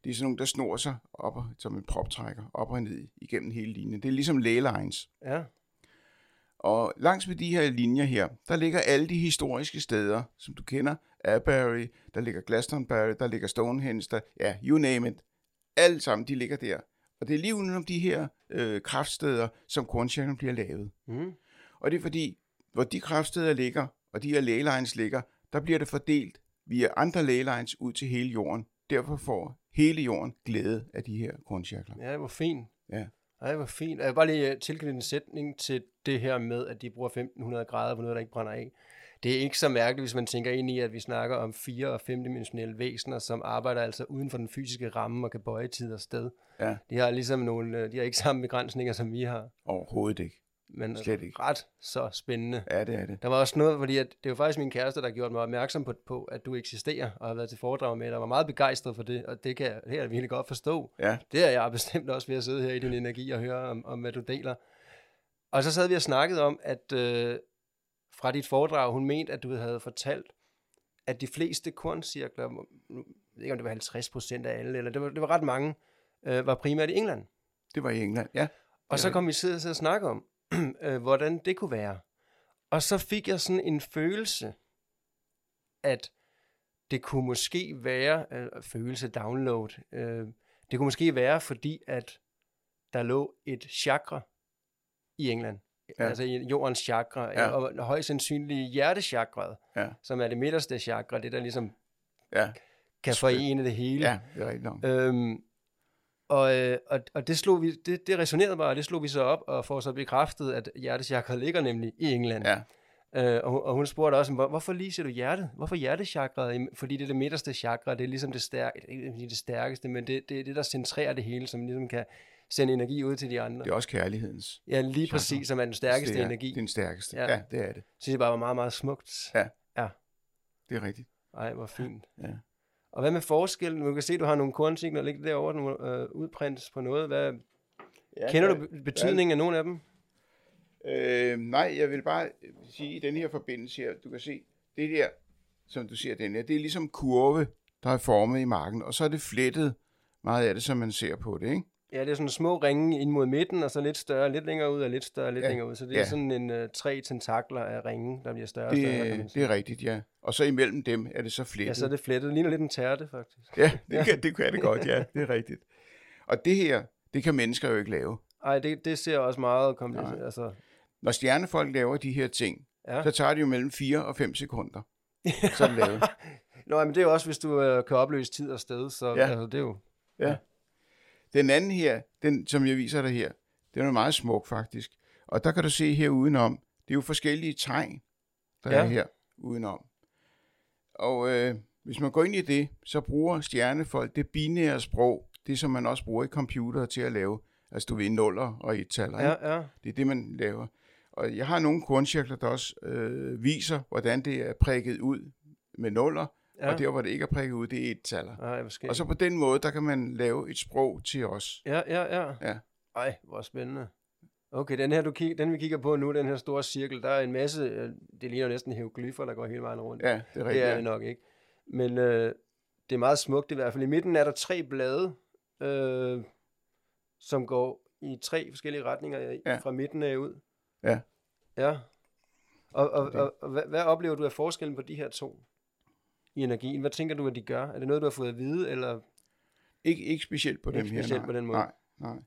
Speaker 3: Det er sådan nogle, der snor sig op og, som en proptrækker, op og ned igennem hele linjen. Det er ligesom lægelines.
Speaker 2: ja.
Speaker 3: Og langs med de her linjer her, der ligger alle de historiske steder, som du kender. Aberry, der ligger Glastonbury, der ligger Stonehenge, der, ja, you name it. Alle sammen, de ligger der. Og det er lige udenom de her øh, kraftsteder, som korncirklen bliver lavet.
Speaker 2: Mm.
Speaker 3: Og det er fordi, hvor de kraftsteder ligger, og de her lægelines ligger, der bliver det fordelt via andre lægelines ud til hele jorden. Derfor får hele jorden glæde af de her korncirkler.
Speaker 2: Ja, hvor fint.
Speaker 3: Ja.
Speaker 2: Ej, hvor fint. Og Jeg vil bare lige øh, tilknytte en sætning til det her med, at de bruger 1500 grader på noget, der ikke brænder af. Det er ikke så mærkeligt, hvis man tænker ind i, at vi snakker om fire- og femdimensionelle væsener, som arbejder altså uden for den fysiske ramme og kan bøje tid og sted.
Speaker 3: Ja.
Speaker 2: De har ligesom nogle, øh, de har ikke samme begrænsninger, som vi har.
Speaker 3: Overhovedet ikke.
Speaker 2: men øh,
Speaker 3: Slet ikke.
Speaker 2: ret så spændende.
Speaker 3: Ja, det er det.
Speaker 2: Der var også noget, fordi at det var faktisk min kæreste, der gjorde mig opmærksom på, på at du eksisterer, og har været til foredrag med dig, og var meget begejstret for det, og det kan jeg, det kan jeg virkelig godt forstå.
Speaker 3: Ja.
Speaker 2: Det er jeg bestemt også ved at sidde her i din energi og høre om, om hvad du deler. Og så sad vi og snakkede om, at øh, fra dit foredrag, hun mente, at du havde fortalt, at de fleste korncirkler, nu ved jeg ikke om det var 50 procent af alle, eller det var, det var ret mange, øh, var primært i England.
Speaker 3: Det var i England, ja.
Speaker 2: Og så
Speaker 3: Ja.
Speaker 2: kom vi til at sidde og snakke om, øh, hvordan det kunne være. Og så fik jeg sådan en følelse, at det kunne måske være, øh, følelse download, øh, det kunne måske være, fordi at der lå et chakra i England.
Speaker 3: Ja.
Speaker 2: Ja. Altså i jordens chakra,
Speaker 3: Ja.
Speaker 2: ja. og højst sandsynligt hjertechakraet,
Speaker 3: Ja.
Speaker 2: som er det midterste chakra, det der ligesom
Speaker 3: Ja,
Speaker 2: kan
Speaker 3: Skønt.
Speaker 2: forene det hele.
Speaker 3: ja det er rigtigt nok.
Speaker 2: Øhm, og, øh, og, og det, slog vi, det, det resonerede bare, og det slog vi så op og får så bekræftet, at hjertechakret ligger nemlig i England.
Speaker 3: Ja.
Speaker 2: Øh, og, hun- og hun spurgte også, "Hvor- hvorfor lige ser du hjertet? Hvorfor hjertechakret? Jamen, Fordi det er det midterste chakra, det er ligesom det, stærk, ikke lige det stærkeste, men det, det er det, der centrerer det hele, som ligesom kan sende energi ud til de andre.
Speaker 3: Det er også kærlighedens.
Speaker 2: Ja, lige
Speaker 3: Chakra.
Speaker 2: præcis, som er den stærkeste
Speaker 3: det er,
Speaker 2: energi.
Speaker 3: Den stærkeste. Ja.
Speaker 2: Ja.
Speaker 3: ja, det er det.
Speaker 2: synes jeg bare var meget, meget smukt.
Speaker 3: Ja. Det er rigtigt.
Speaker 2: Ej, hvor fint.
Speaker 3: Ja.
Speaker 2: Og hvad med forskellen? Du kan se, du har nogle kornsignaler liggende derovre, nogle øh, udprints på noget. Hvad,
Speaker 3: Ja,
Speaker 2: Kender du be- betydningen af nogle af dem?
Speaker 3: Øh, nej, jeg vil bare sige, i den her forbindelse her, du kan se, det der, som du ser den her, det er ligesom kurve, der er formet i marken, og så er det flettet meget af det, som man ser på det, ikke?
Speaker 2: Ja, det er sådan små ringe ind mod midten, og så lidt større, lidt længere ud, og lidt større, lidt
Speaker 3: Ja.
Speaker 2: ja. længere ud. Så det
Speaker 3: Ja.
Speaker 2: er sådan en øh, tre tentakler af ringe, der bliver større og større. kan man
Speaker 3: Det,
Speaker 2: sige.
Speaker 3: det er rigtigt, ja. Og så imellem dem er det så flettet.
Speaker 2: Ja, så er det flettet. Det ligner lidt en tærte, faktisk.
Speaker 3: ja det, kan, det kan det godt, ja. Det er rigtigt. Og det her, det kan mennesker jo ikke lave.
Speaker 2: Ej, det, det ser også meget kompliceret. Altså,
Speaker 3: Når stjernefolk laver de her ting,
Speaker 2: ja.
Speaker 3: så tager det jo mellem 4 og 5 sekunder. Så er det lavet.
Speaker 2: Nå, men det er jo også, hvis du øh, kan opløse tid og sted, så
Speaker 3: Ja.
Speaker 2: ja. altså, det er jo...
Speaker 3: Den anden her, den som jeg viser dig her, den er meget smuk faktisk. Og der kan du se her udenom, det er jo forskellige tegn, der ja.
Speaker 2: Ja.
Speaker 3: er her udenom. Og øh, hvis man går ind i det, så bruger stjernefolk det binære sprog, det som man også bruger i computer til at lave. Altså du ved, nuller og et tal, ja.
Speaker 2: Ja, ja.
Speaker 3: det er det, man laver. Og jeg har nogle korncirkler, der også øh, viser, hvordan det er prikket ud med nuller, ja.
Speaker 2: ja.
Speaker 3: og der, hvor det ikke er prikket ud, det er et taler.
Speaker 2: Ej, måske.
Speaker 3: Og så på den måde, der kan man lave et sprog til os.
Speaker 2: Ja, ja, ja.
Speaker 3: Ja.
Speaker 2: Ej, hvor spændende. Okay, den her, du kig, den vi kigger på nu, den her store cirkel, der er en masse, øh, det ligner næsten hieroglyffer, der går hele vejen rundt.
Speaker 3: Ja, det er
Speaker 2: Det
Speaker 3: rigtigt.
Speaker 2: er det nok ikke. Men øh, det er meget smukt i hvert fald. I midten er der tre blade, øh, som går i tre forskellige retninger
Speaker 3: Ja.
Speaker 2: ja. fra midten af ud.
Speaker 3: Ja.
Speaker 2: Ja. Og, og,
Speaker 3: Det-
Speaker 2: og, og hvad, hvad oplever du af forskellen på de her to i energien? Hvad tænker du, at de gør? Er det noget, du har fået at vide? Eller...
Speaker 3: Ikke, ikke specielt på
Speaker 2: Ikke
Speaker 3: dem her.
Speaker 2: specielt
Speaker 3: nej.
Speaker 2: på den måde.
Speaker 3: Nej, nej.
Speaker 2: Men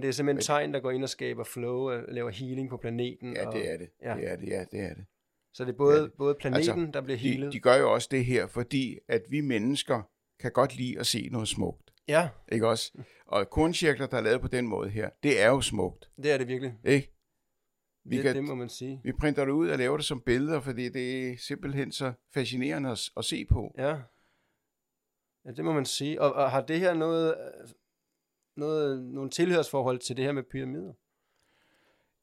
Speaker 2: det er
Speaker 3: Men-
Speaker 2: simpelthen tegn, der går ind og skaber flow og laver healing på planeten.
Speaker 3: Ja,
Speaker 2: og...
Speaker 3: det er det. Ja.
Speaker 2: Ja.
Speaker 3: Det er det, ja, det er det.
Speaker 2: Så det er både,
Speaker 3: Ja,
Speaker 2: ja, det... både planeten, altså, der bliver
Speaker 3: De,
Speaker 2: healet.
Speaker 3: de gør jo også det her, fordi at vi mennesker kan godt lide at se noget smukt.
Speaker 2: Ja,
Speaker 3: Ikke også? Og korncirkler, der er lavet på den måde her, det er jo smukt.
Speaker 2: det er det virkelig.
Speaker 3: Ikke? Vi,
Speaker 2: Det,
Speaker 3: kan,
Speaker 2: det må man sige.
Speaker 3: vi printer det ud og laver det som billeder, fordi det er simpelthen så fascinerende at, at se på.
Speaker 2: Ja. Ja, det må man sige. Og, og har det her noget, øh, noget, nogle tilhørsforhold til det her med pyramider?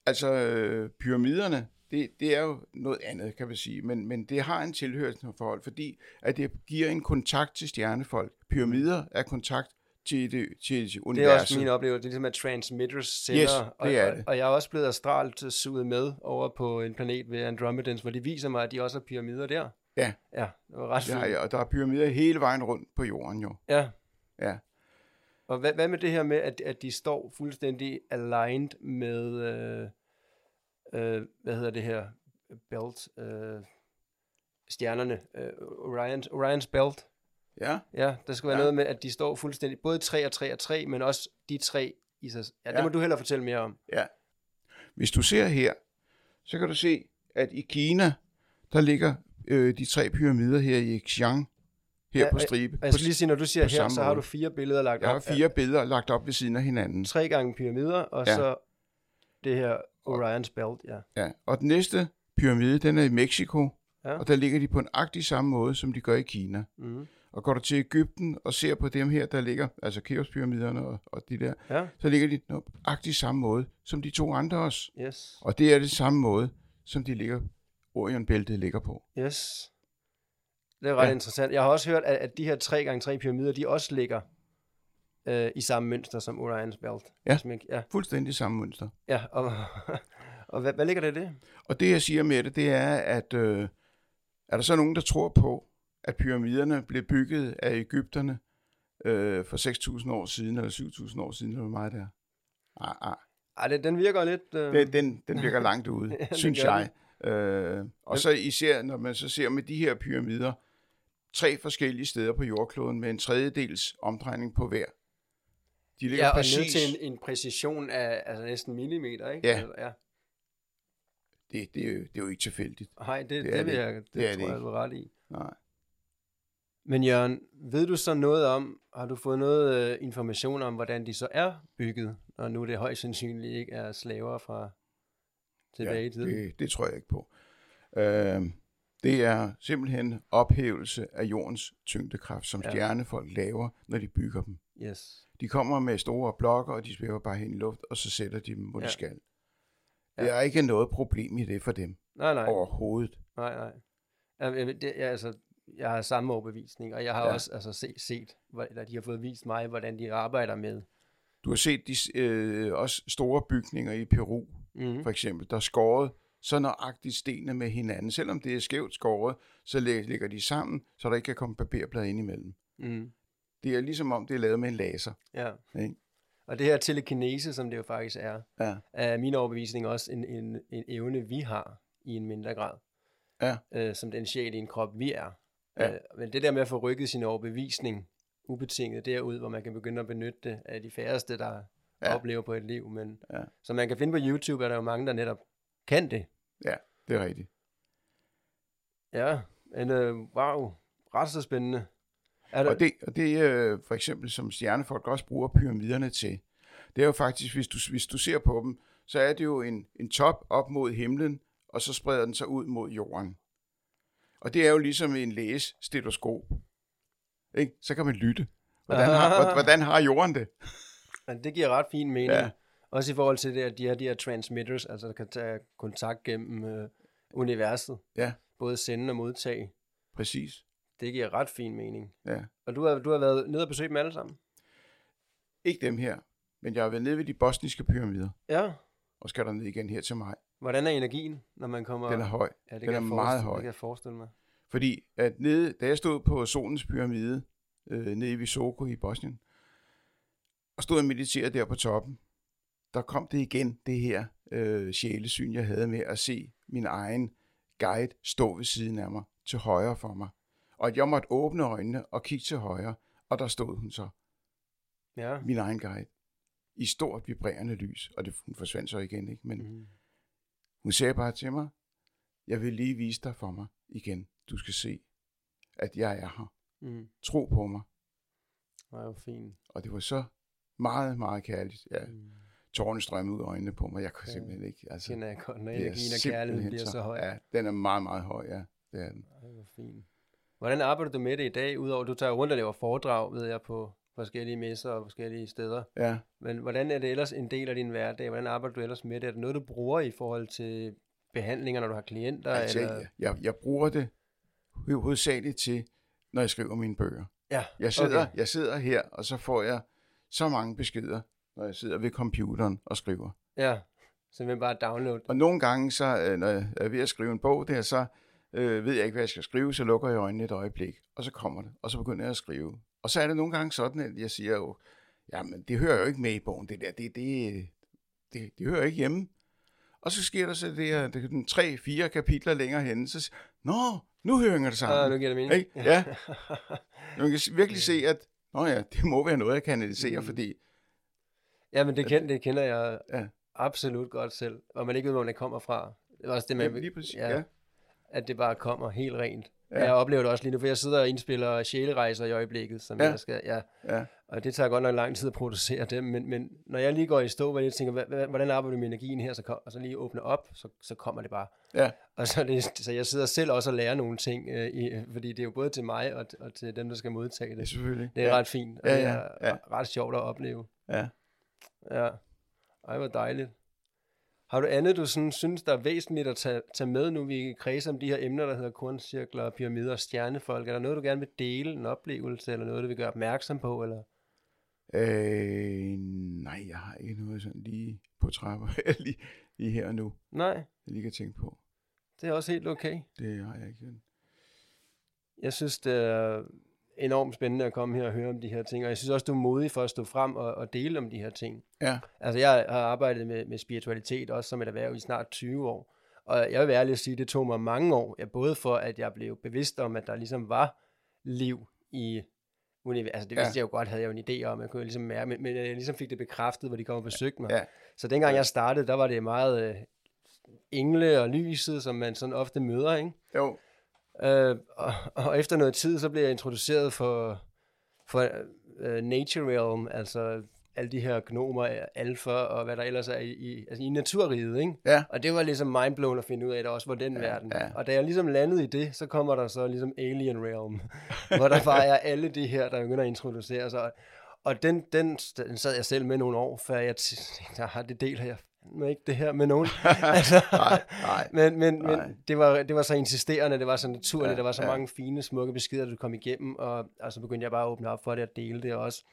Speaker 3: Altså, øh, pyramiderne, det, det er jo noget andet, kan man sige, men, men det har en tilhørsforhold, fordi at det giver en kontakt til stjernefolk. Pyramider er kontakt til, det, til
Speaker 2: Det er
Speaker 3: universet.
Speaker 2: også min oplevelse. Det er ligesom, at transmitters sender.
Speaker 3: Yes, det er
Speaker 2: og,
Speaker 3: det.
Speaker 2: Og, og jeg er også blevet astralt øh, suget med over på en planet ved Andromedans, hvor de viser mig, at de også har pyramider der.
Speaker 3: Ja.
Speaker 2: Ja, det var ret
Speaker 3: det har
Speaker 2: fint.
Speaker 3: jeg, og der er pyramider hele vejen rundt på jorden jo.
Speaker 2: Ja.
Speaker 3: Ja.
Speaker 2: Og hvad, hvad med det her med, at, at de står fuldstændig aligned med, øh, øh, hvad hedder det her, belt, øh, stjernerne, øh, Orions, Orions belt.
Speaker 3: Ja,
Speaker 2: Ja, der skal være
Speaker 3: Ja.
Speaker 2: ja. noget med, at de står fuldstændig, både 3 og 3 og 3, men også de tre i sig. Ja, ja.
Speaker 3: Ja.
Speaker 2: det må du hellere fortælle mere om.
Speaker 3: hvis du ser her, så kan du se, at i Kina, der ligger øh, de tre pyramider her i Xiang, her
Speaker 2: Ja,
Speaker 3: på stribe.
Speaker 2: Og jeg skal lige sige, når du siger
Speaker 3: på
Speaker 2: her,
Speaker 3: samme
Speaker 2: så har
Speaker 3: måde.
Speaker 2: du fire billeder lagt
Speaker 3: jeg har
Speaker 2: op.
Speaker 3: fire billeder lagt op ved siden af hinanden.
Speaker 2: af Tre gange pyramider, og
Speaker 3: Ja.
Speaker 2: ja. så det her Orions belt, ja.
Speaker 3: Ja, og den næste pyramide, den er i Mexico, ja.
Speaker 2: Ja.
Speaker 3: og der ligger de på en agtig samme måde, som de gør i Kina.
Speaker 2: Mm.
Speaker 3: Og går du til Ægypten og ser på dem her, der ligger, altså Keopspyramiderne og, og de der,
Speaker 2: Ja,
Speaker 3: så ligger de nøjagtigt samme måde som de to andre også.
Speaker 2: yes,
Speaker 3: Og det er det samme måde, som de ligger, Orionbæltet ligger på.
Speaker 2: yes. Det er ret
Speaker 3: Ja.
Speaker 2: ja. interessant. Jeg har også hørt, at, at de her 3x3 pyramider, de også ligger øh, i samme mønster som Orion's Belt.
Speaker 3: Ja.
Speaker 2: Hvis man- ja,
Speaker 3: Fuldstændig samme mønster.
Speaker 2: ja. Og, og hvad, hvad ligger der i det?
Speaker 3: Og det, jeg siger med det, det er, at øh, er der så nogen, der tror på, at pyramiderne blev bygget af Ægypterne øh, for 6.000 år siden, eller 7.000 år siden, eller hvor meget det er? Ah, Nej, nej.
Speaker 2: Ej, den, den virker lidt... Øh,
Speaker 3: Den, den, den virker langt ude,
Speaker 2: Ja, det
Speaker 3: synes
Speaker 2: gør
Speaker 3: jeg. Øh, og så især, når man så ser med de her pyramider, tre forskellige steder på jordkloden med en tredjedels omdrejning på hver. De ligger
Speaker 2: ja, og ned
Speaker 3: præcis...
Speaker 2: til en, en præcision af altså næsten millimeter, ikke?
Speaker 3: Ja.
Speaker 2: Altså, ja.
Speaker 3: Det, det, er jo, det er jo ikke tilfældigt.
Speaker 2: Nej, det, det,
Speaker 3: er
Speaker 2: det, vil
Speaker 3: det
Speaker 2: jeg, det,
Speaker 3: Det er det
Speaker 2: tror jeg,
Speaker 3: ikke.
Speaker 2: du er ret i.
Speaker 3: Nej.
Speaker 2: Men Jørgen, ved du så noget om, har du fået noget øh, information om, hvordan de så er bygget, og nu det højst sandsynligt ikke er slaver fra tilbage i tiden?
Speaker 3: Det, det tror jeg ikke på. Øh, det er simpelthen ophævelse af jordens tyngdekraft, som
Speaker 2: Ja.
Speaker 3: ja. stjernefolk laver, når de bygger dem.
Speaker 2: Yes.
Speaker 3: De kommer med store blokke, og de svæver bare hen i luft, og så sætter de dem, hvor ja.
Speaker 2: Ja.
Speaker 3: de skal.
Speaker 2: Ja.
Speaker 3: Der er ikke noget problem i det for dem
Speaker 2: Nej, nej,
Speaker 3: overhovedet.
Speaker 2: nej, nej. Jamen, jeg- Det, jeg, altså, jeg har samme overbevisning, og jeg har
Speaker 3: Ja.
Speaker 2: ja. også altså, se, set, hvor- eller de har fået vist mig, hvordan de arbejder med.
Speaker 3: Du har set de øh, også store bygninger i Peru,
Speaker 2: Mm-hmm.
Speaker 3: for eksempel, der er skåret så nøjagtigt stenene med hinanden. Selvom det er skævt skåret, så læ- ligger de sammen, så der ikke kan komme papirblad ind imellem.
Speaker 2: Mm.
Speaker 3: Det er ligesom om, det er lavet med en laser.
Speaker 2: Ja.
Speaker 3: Ikke?
Speaker 2: Og det her telekinese, som det jo faktisk er,
Speaker 3: Ja.
Speaker 2: er min overbevisning også en, en, en evne, vi har i en mindre grad.
Speaker 3: Ja.
Speaker 2: Øh, som den sjæl i en krop, vi er.
Speaker 3: Ja.
Speaker 2: Øh, men det der med at få rykket sin overbevisning ubetinget derud, hvor man kan begynde at benytte det, er de færreste, der
Speaker 3: Ja.
Speaker 2: ja. oplever på et liv. Men,
Speaker 3: Ja.
Speaker 2: Så man kan finde på YouTube, er der jo mange, der netop kan det.
Speaker 3: Det er rigtigt.
Speaker 2: Ja, men øh, wow, ret så spændende. Er der,
Speaker 3: Og det, og det øh, for eksempel, som stjernefolk også bruger pyramiderne til, det er jo faktisk, hvis du, hvis du ser på dem, så er det jo en, en top op mod himlen, og så spreder den sig ud mod jorden. Og det er jo ligesom en lægestetoskop. Ikke? Så kan man lytte. Hvordan har, hvor- hvordan har jorden det?
Speaker 2: Men det giver ret fin mening.
Speaker 3: Ja.
Speaker 2: Ja. Også i forhold til det, at de her, de her transmitters, altså der kan tage kontakt gennem øh, universet.
Speaker 3: Ja.
Speaker 2: Både sende og modtage.
Speaker 3: Præcis.
Speaker 2: Det giver ret fin mening.
Speaker 3: Ja.
Speaker 2: Og du har, du har været nede og besøgt dem alle sammen?
Speaker 3: Ikke dem her, men jeg har været nede ved de bosniske pyramider,
Speaker 2: Ja.
Speaker 3: og skal derned igen her til maj.
Speaker 2: Hvordan er energien, når man kommer...
Speaker 3: Den er høj.
Speaker 2: ja, det
Speaker 3: den
Speaker 2: kan
Speaker 3: er
Speaker 2: jeg
Speaker 3: meget
Speaker 2: forestille-
Speaker 3: høj.
Speaker 2: Det kan jeg forestille mig.
Speaker 3: Fordi at nede, da jeg stod på Solens Pyramide, øh, nede i Visoko i Bosnien, og stod og mediterede der på toppen, der kom det igen, det her øh, sjælesyn, jeg havde med at se min egen guide stå ved siden af mig, til højre for mig. Og at jeg måtte åbne øjnene og kigge til højre, og der stod hun så,
Speaker 2: Ja.
Speaker 3: min egen guide, i stort vibrerende lys. Og det, hun forsvandt så igen, ikke? Men
Speaker 2: Mhm.
Speaker 3: hun sagde bare til mig, jeg vil lige vise dig for mig igen. Du skal se, at jeg er her.
Speaker 2: Mm.
Speaker 3: Tro på mig.
Speaker 2: Det var jo fint.
Speaker 3: Og det var så meget, meget kærligt. Ja,
Speaker 2: Mm.
Speaker 3: tårerne strømmede ud af øjnene på mig. Jeg kunne
Speaker 2: Ja.
Speaker 3: simpelthen ikke. Altså,
Speaker 2: Kender jeg godt, når
Speaker 3: det er
Speaker 2: energien og
Speaker 3: simpelthen
Speaker 2: kærligheden bliver så høj.
Speaker 3: Ja, den er meget, meget høj, ja. Det er den.
Speaker 2: Det var fint. Hvordan arbejder du med det i dag, udover du tager rundt og laver foredrag, ved jeg, på forskellige messer og forskellige steder?
Speaker 3: Ja.
Speaker 2: Men hvordan er det ellers en del af din hverdag? Hvordan arbejder du ellers med det? Er det noget, du bruger i forhold til behandlinger, når du har klienter?
Speaker 3: Altså,
Speaker 2: eller?
Speaker 3: jeg, jeg, jeg bruger det ho- hovedsageligt til, når jeg skriver mine bøger.
Speaker 2: ja.
Speaker 3: Jeg sidder,
Speaker 2: Okay.
Speaker 3: okay. jeg sidder her, og så får jeg så mange beskeder, når jeg sidder ved computeren og skriver.
Speaker 2: ja. Simpelthen bare download.
Speaker 3: Og nogle gange, så, øh, når jeg er ved at skrive en bog der, så øh, ved jeg ikke, hvad jeg skal skrive, så lukker jeg øjnene et øjeblik, og så kommer det, og så begynder jeg at skrive. Og så er det nogle gange sådan, at jeg siger jo, jamen det hører jo ikke med i bogen, det der, det, det, det, det hører ikke hjemme. Og så sker der så det her, det er den tre-fire kapitler længere henne, så siger nå, nu hører det
Speaker 2: Ah, nu
Speaker 3: sammen.
Speaker 2: giver det mening.
Speaker 3: Ikke? Ja. Man kan s- virkelig se, at nå ja, det må være noget, jeg kan analysere,
Speaker 2: Mm.
Speaker 3: fordi
Speaker 2: ja, men det, kend, det kender jeg
Speaker 3: Ja.
Speaker 2: ja. absolut godt selv. Og man ikke ved, hvor det kommer fra. Det er også det, man,
Speaker 3: jamen, lige præcis, ja.
Speaker 2: at det bare kommer helt rent.
Speaker 3: Ja.
Speaker 2: Ja. Jeg oplever det også lige nu, for jeg sidder og indspiller sjælerejser i øjeblikket, som
Speaker 3: Ja.
Speaker 2: ja. jeg skal, ja.
Speaker 3: Ja.
Speaker 2: Og det tager godt nok lang tid at producere dem, men, men når jeg lige går i stå, hvor jeg tænker, "Hva- hva- hvordan arbejder du med energien her, så kom, og så lige åbner op, så, så kommer det bare.
Speaker 3: Ja.
Speaker 2: Og Altså, det, så jeg sidder selv også og lærer nogle ting, øh, i, fordi det er jo både til mig og, og til dem, der skal modtage
Speaker 3: Ja,
Speaker 2: det.
Speaker 3: selvfølgelig.
Speaker 2: Det er
Speaker 3: ja.
Speaker 2: ret fint, og
Speaker 3: Ja,
Speaker 2: det
Speaker 3: ja,
Speaker 2: er
Speaker 3: ja.
Speaker 2: ret sjovt at opleve.
Speaker 3: Ja.
Speaker 2: Ja, ej, hvor dejligt. Har du andet, du sådan, synes, der er væsentligt at tage, tage med, nu vi kredser om de her emner, der hedder korncirkler, pyramider og stjernefolk? Er der noget, du gerne vil dele, en oplevelse, eller noget, du vil gøre opmærksom på? Eller?
Speaker 3: Øh, nej, jeg har ikke noget sådan lige på trapper, lige, lige her og nu,
Speaker 2: Nej,
Speaker 3: jeg lige kan tænke på.
Speaker 2: det er også helt okay.
Speaker 3: Det har jeg ikke.
Speaker 2: Jeg synes, det er enormt spændende at komme her og høre om de her ting, og jeg synes også, du er modig for at stå frem og, og dele om de her ting.
Speaker 3: Ja,
Speaker 2: Altså, jeg har arbejdet med, med spiritualitet også som et erhverv i snart 20 år, og jeg vil være ærlig at sige, det tog mig mange år, ja, både for, at jeg blev bevidst om, at der ligesom var liv i universet. Altså, det
Speaker 3: Ja.
Speaker 2: vidste ja. jeg jo godt, havde jeg jo en idé om, jeg kunne ligesom mærke, men, men jeg ligesom fik det bekræftet, hvor de kom og besøgte mig.
Speaker 3: Ja.
Speaker 2: Så dengang jeg startede, der var det meget øh, engle og lyset, som man sådan ofte møder, ikke?
Speaker 3: jo,
Speaker 2: Øh, og, og efter noget tid, så blev jeg introduceret for, for uh, Nature Realm, altså alle de her gnomer, alfa og hvad der ellers er i, i, altså i naturriget, ikke?
Speaker 3: Ja.
Speaker 2: Og det var ligesom mindblown at finde ud af, der også var den ja, verden.
Speaker 3: ja.
Speaker 2: Og da jeg ligesom landede i det, så kommer der så ligesom Alien Realm, hvor der bare er alle de her, der begynder at introducere sig. Og- Og den, den, den sad jeg selv med nogle år, før jeg tænkte, der har det del her. Men ikke det her med nogen. altså,
Speaker 3: Nej, nej.
Speaker 2: men, men,
Speaker 3: Nej.
Speaker 2: men det, var, det var så insisterende, det var så naturligt,
Speaker 3: Ja,
Speaker 2: ja, der var så
Speaker 3: ja.
Speaker 2: ja. mange fine, smukke beskeder, du kom igennem, og, og så begyndte jeg bare at åbne op for det og dele det og også.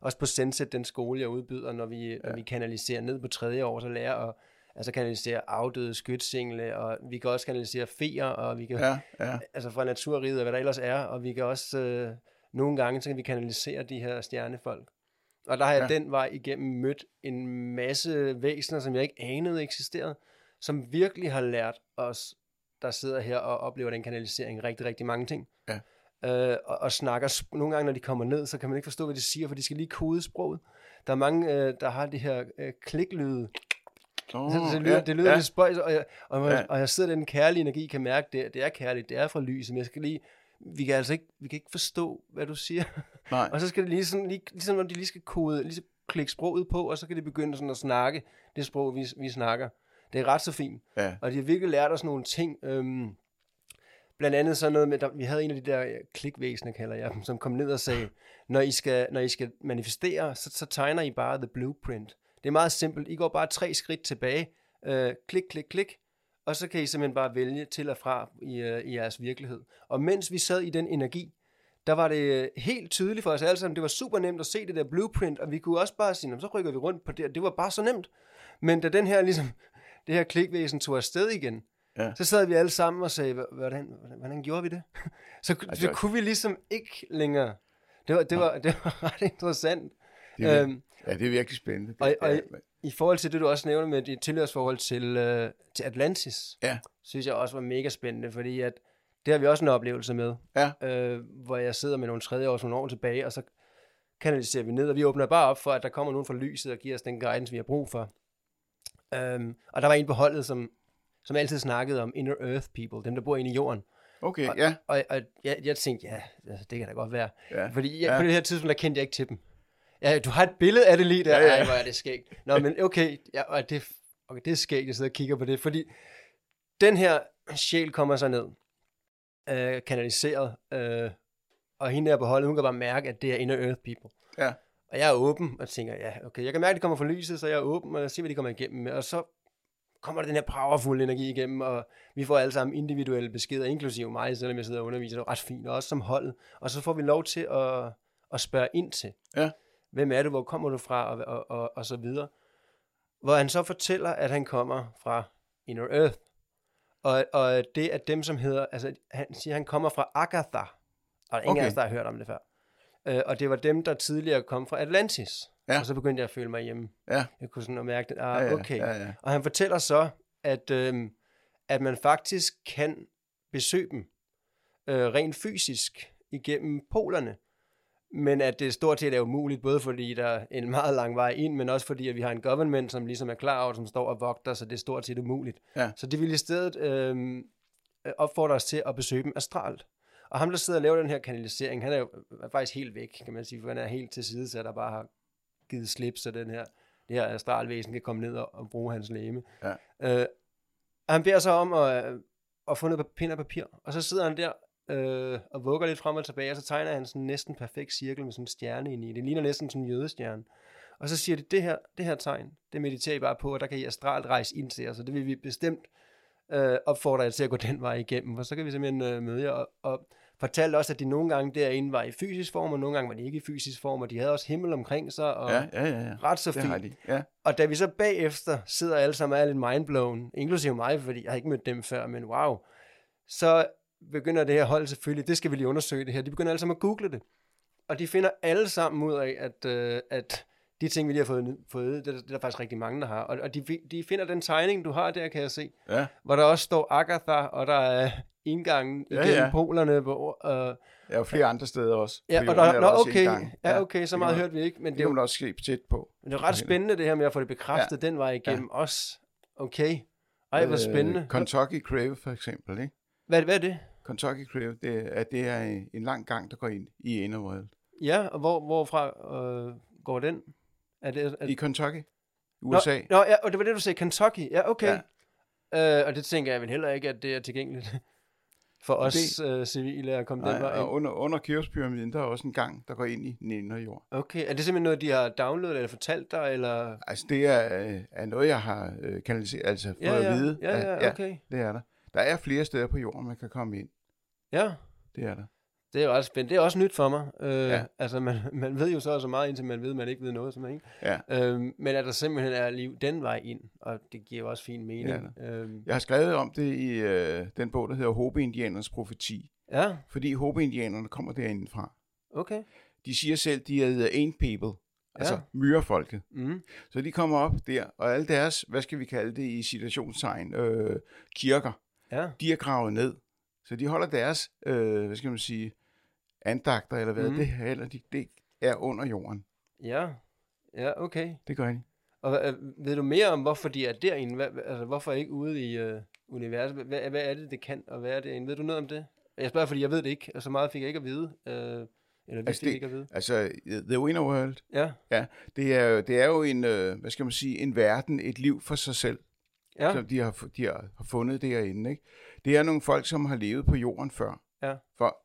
Speaker 2: Også på Senset, den skole, jeg udbyder, når vi, ja. når vi kanaliserer ned på tredje år, så lærer at altså kanalisere afdøde skytsingle, og vi kan også kanalisere feer, og vi kan, ja.
Speaker 3: ja, ja,
Speaker 2: altså fra naturriget og hvad der ellers er, og vi kan også, øh, nogle gange, så kan vi kanalisere de her stjernefolk. Og der har jeg
Speaker 3: Ja.
Speaker 2: ja. den vej igennem mødt en masse væsener, som jeg ikke anede eksisterede, som virkelig har lært os, der sidder her og oplever den kanalisering, rigtig, rigtig mange ting.
Speaker 3: Ja.
Speaker 2: Øh, og, og snakker, sp- nogle gange når de kommer ned, så kan man ikke forstå, hvad de siger, for de skal lige kode sproget. Der er mange, øh, der har de her øh, kliklyde,
Speaker 3: Nå,
Speaker 2: så, så det lyder,
Speaker 3: ja,
Speaker 2: Mm, ja, det lyder
Speaker 3: ja.
Speaker 2: ja. lidt spøjs, og jeg, og, man,
Speaker 3: Ja.
Speaker 2: ja. og jeg sidder i den kærlige energi, kan mærke, det, det er kærligt, det er fra lyset, men jeg skal lige, vi kan altså ikke, vi kan ikke forstå, hvad du siger.
Speaker 3: Nej,
Speaker 2: Og så skal det lige sådan, lige, ligesom om de lige skal kode, lige så klikke sproget på, og så kan de begynde sådan at snakke det sprog, vi, vi snakker. Det er ret så fint.
Speaker 3: ja,
Speaker 2: Og de har virkelig lært os nogle ting. Øhm, blandt andet sådan noget med, der, vi havde en af de der øh, klikvæsener, kalder jeg dem, som kom ned og sagde, når I skal, når I skal manifestere, så, så tegner I bare the blueprint. Det er meget simpelt. I går bare tre skridt tilbage. Øh, klik, klik, klik. Og så kan I simpelthen bare vælge til og fra i, øh, i jeres virkelighed. Og mens vi sad i den energi, der var det øh, helt tydeligt for os alle sammen. Det var super nemt at se det der blueprint, og vi kunne også bare sige, "Nå, men så rykker vi rundt på det, og det var bare så nemt. Men da den her, ligesom, det her klikvæsen tog afsted igen,
Speaker 3: Ja.
Speaker 2: ja. så sad vi alle sammen og sagde, "Hva- hvordan, hvordan, hvordan gjorde vi det? så,
Speaker 3: Ej, det
Speaker 2: så
Speaker 3: var-
Speaker 2: kunne vi ligesom ikke længere. Det var, det var, det var ret interessant.
Speaker 3: det er, vir-
Speaker 2: Øhm,
Speaker 3: ja, det er virkelig spændende. Det,
Speaker 2: og- og-
Speaker 3: ja,
Speaker 2: i forhold til det, du også nævner med dit tilhørsforhold til, øh, til Atlantis,
Speaker 3: Ja.
Speaker 2: synes jeg også var mega spændende, fordi at det har vi også en oplevelse med,
Speaker 3: Ja.
Speaker 2: øh, hvor jeg sidder med nogle tredje år, nogle år tilbage, og så kanaliserer vi ned, og vi åbner bare op for, at der kommer nogen fra lyset og giver os den guidance, vi har brug for. Øhm, og der var en på holdet, som, som altid snakkede om inner earth people, dem der bor inde i jorden.
Speaker 3: okay, ja,
Speaker 2: Og, og jeg, jeg tænkte, ja, altså, det kan da godt være.
Speaker 3: ja,
Speaker 2: Fordi jeg,
Speaker 3: Ja.
Speaker 2: ja. på det her tidspunkt, der kendte jeg ikke til dem. Ja, du har et billede af det lige der.
Speaker 3: Ja,
Speaker 2: Ja,
Speaker 3: ja.
Speaker 2: ja. Ej, hvor er det skægt. Nå, men okay, ja, og det, okay, det er skægt, jeg sidder og kigger på det, fordi den her sjæl kommer så ned, øh, kanaliseret, øh, og hende der på holdet, hun kan bare mærke, at det er inner earth people.
Speaker 3: Ja.
Speaker 2: Og jeg er åben, og tænker, ja, okay, jeg kan mærke, at det kommer fra lyset, så jeg er åben, og jeg ser, hvad de kommer igennem med, og så kommer der den her powerful energi igennem, og vi får alle sammen individuelle beskeder, inklusive mig, selvom jeg sidder og underviser, det er ret fint, og også som hold. Og så får vi lov til at, at spørge ind til,
Speaker 3: Ja.
Speaker 2: hvem er du, hvor kommer du fra, og, og, og, og så videre. Hvor han så fortæller, at han kommer fra Inner Earth, og, og det er dem, som hedder, altså han siger, at han kommer fra Agatha, og der er ingen
Speaker 3: Okay.
Speaker 2: okay. af os, der har hørt om det før. Øh, og det var dem, der tidligere kom fra Atlantis.
Speaker 3: Ja.
Speaker 2: Og så begyndte jeg at føle mig hjemme.
Speaker 3: Ja.
Speaker 2: Jeg kunne sådan at mærke, at
Speaker 3: ja,
Speaker 2: ah,
Speaker 3: ja,
Speaker 2: okay,
Speaker 3: ja, ja,
Speaker 2: og han fortæller så, at, øh, at man faktisk kan besøge dem øh, rent fysisk igennem polerne. Men at det stort set er umuligt, både fordi der er en meget lang vej ind, men også fordi, at vi har en government, som ligesom er klar over, som står og vogter, så det er stort set umuligt.
Speaker 3: Ja.
Speaker 2: Så det vil i stedet øh, opfordre os til at besøge dem astralt. Og ham, der sidder og laver den her kanalisering, han er jo er faktisk helt væk, kan man sige, for han er helt til side, så der bare har givet slip, så den her, det her astralvæsen kan komme ned og, og bruge hans læme.
Speaker 3: Ja.
Speaker 2: Øh, og han beder så om, at, og få noget pind og papir. Og så sidder han der øh, og vugger lidt frem og tilbage, og så tegner han sådan en næsten perfekt cirkel med sådan en stjerne ind i. Det ligner næsten sådan en jødestjerne. Og så siger de, det her, det her tegn, det mediterer I bare på, og der kan I astralt rejse ind til jer, så det vil vi bestemt øh, opfordre jer til at gå den vej igennem, for så kan vi simpelthen øh, møde jer. Og, og fortalte også, at de nogle gange derinde var i fysisk form, og nogle gange var de ikke i fysisk form, og de havde også himmel omkring sig, og
Speaker 3: Ja, ja, ja. ja.
Speaker 2: ret så
Speaker 3: Det
Speaker 2: fint.
Speaker 3: har de. Ja.
Speaker 2: Og da vi så bagefter sidder alle sammen og er lidt mindblown, inklusive mig, fordi jeg har ikke mødt dem før, men wow, så begynder det her hold selvfølgelig, det skal vi lige undersøge det her, de begynder alle sammen at google det. Og de finder alle sammen ud af, at, øh, at de ting, vi lige har fået, fået det, er der- det er der faktisk rigtig mange, der har. Og, og de, fi- de finder den tegning, du har der, kan jeg se,
Speaker 3: Ja,
Speaker 2: hvor der også står Agatha, og der er indgangen
Speaker 3: Ja,
Speaker 2: igennem
Speaker 3: ja.
Speaker 2: polerne. Hvor, øh,
Speaker 3: ja og flere andre steder også. På
Speaker 2: ja, og
Speaker 3: jorden
Speaker 2: der,
Speaker 3: er
Speaker 2: nå,
Speaker 3: også
Speaker 2: okay,
Speaker 3: indgang.
Speaker 2: ja, okay, så
Speaker 3: det
Speaker 2: meget
Speaker 3: kan man-
Speaker 2: hørte vi ikke, men
Speaker 3: Det
Speaker 2: det er
Speaker 3: kan
Speaker 2: jo
Speaker 3: man også se tæt på.
Speaker 2: Men det er ret spændende det her med at få det bekræftet ja. den vej igennem ja. os. Okay. Ej, hvor spændende.
Speaker 3: Øh, Kentucky Crave for eksempel, ikke?
Speaker 2: Hvad, hvad er det?
Speaker 3: Kentucky Crave, det er, det er en- en lang gang, der går ind i Innerworld.
Speaker 2: Ja, og hvor, hvorfra øh, går den? Er det, er,
Speaker 3: I Kentucky, USA.
Speaker 2: Nå, nå ja, og det var det, du sagde, Kentucky. Ja, okay.
Speaker 3: Ja.
Speaker 2: Ja. Øh, og det tænker jeg vel heller ikke, at det er tilgængeligt for os øh, civile at komme den vej
Speaker 3: Nej, og
Speaker 2: ind.
Speaker 3: under, under Kiospyramiden, der er også en gang, der går ind i den indre jord.
Speaker 2: Okay, er det simpelthen noget, de har downloadet eller fortalt dig? Eller?
Speaker 3: Altså, det er, øh, er noget, jeg har øh, kanaliseret, altså fået
Speaker 2: Ja,
Speaker 3: at
Speaker 2: ja,
Speaker 3: vide.
Speaker 2: ja,
Speaker 3: at-
Speaker 2: ja, okay.
Speaker 3: det er der. Der er flere steder på jorden, man kan komme ind.
Speaker 2: Ja,
Speaker 3: Det er der.
Speaker 2: det er jo også spændende. Det er også nyt for mig. Øh,
Speaker 3: Ja.
Speaker 2: ja. Altså, man, man ved jo så og så meget, indtil man ved, man ikke ved noget. Så man, ikke?
Speaker 3: Ja.
Speaker 2: Øhm, men at der simpelthen er liv den vej ind, og det giver jo også fin mening. Ja, øhm,
Speaker 3: Jeg har skrevet om det i øh, den bog, der hedder Hope-indianernes profeti.
Speaker 2: ja
Speaker 3: Fordi Hope-indianerne kommer derindefra.
Speaker 2: okay.
Speaker 3: De siger selv, de er the ain people. Altså
Speaker 2: Ja.
Speaker 3: myrefolket.
Speaker 2: Mm.
Speaker 3: Så de kommer op der, og alle deres, hvad skal vi kalde det i citationstegn, øh, kirker,
Speaker 2: Ja,
Speaker 3: de er gravet ned. Så de holder deres, øh, hvad skal man sige, andagter eller hvad, mm.
Speaker 2: Mhm.
Speaker 3: det, er- eller de, det er under jorden.
Speaker 2: ja, ja, okay.
Speaker 3: Det gør de.
Speaker 2: Og øh, ved du mere om, hvorfor de er derinde? Hvad, hvad- altså, hvorfor ikke ude i øh, universet? Hvad- Hvad, hvad er det, det kan, og hvad er det derinde? Ved du noget om det? Jeg spørger, fordi jeg ved det ikke, og så meget fik jeg ikke at vide. Øh, eller vi
Speaker 3: Altså,
Speaker 2: altså, fik
Speaker 3: det-
Speaker 2: ikke at vide.
Speaker 3: Altså, The Winner World,
Speaker 2: Ja,
Speaker 3: det er, jo- det er jo en, øh, hvad skal man sige, en verden, et liv for sig selv, ja.
Speaker 2: ja,
Speaker 3: som de har, fu- de har har fundet derinde. Ikke? Det er nogle folk, som har levet på jorden før.
Speaker 2: Ja.
Speaker 3: For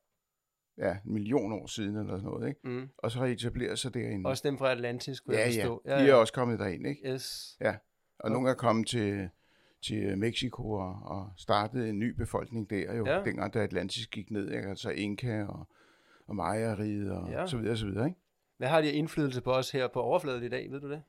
Speaker 3: ja, en million år siden eller sådan noget. Ikke?
Speaker 2: mm.
Speaker 3: Og så har de etableret sig derinde.
Speaker 2: Også dem fra Atlantis, kunne
Speaker 3: ja,
Speaker 2: jeg forstå.
Speaker 3: ja, de er også kommet derind. Ikke?
Speaker 2: Yes.
Speaker 3: Og nogle er kommet til, til Mexico og, og startede en ny befolkning der, jo, ja.
Speaker 2: Ja.
Speaker 3: dengang da Atlantis gik ned, ikke? altså Inka og, og Maya-riget og ja.
Speaker 2: Ja.
Speaker 3: så videre, så videre. Ikke?
Speaker 2: Hvad har de af indflydelse på os her på overfladen i dag, ved du det?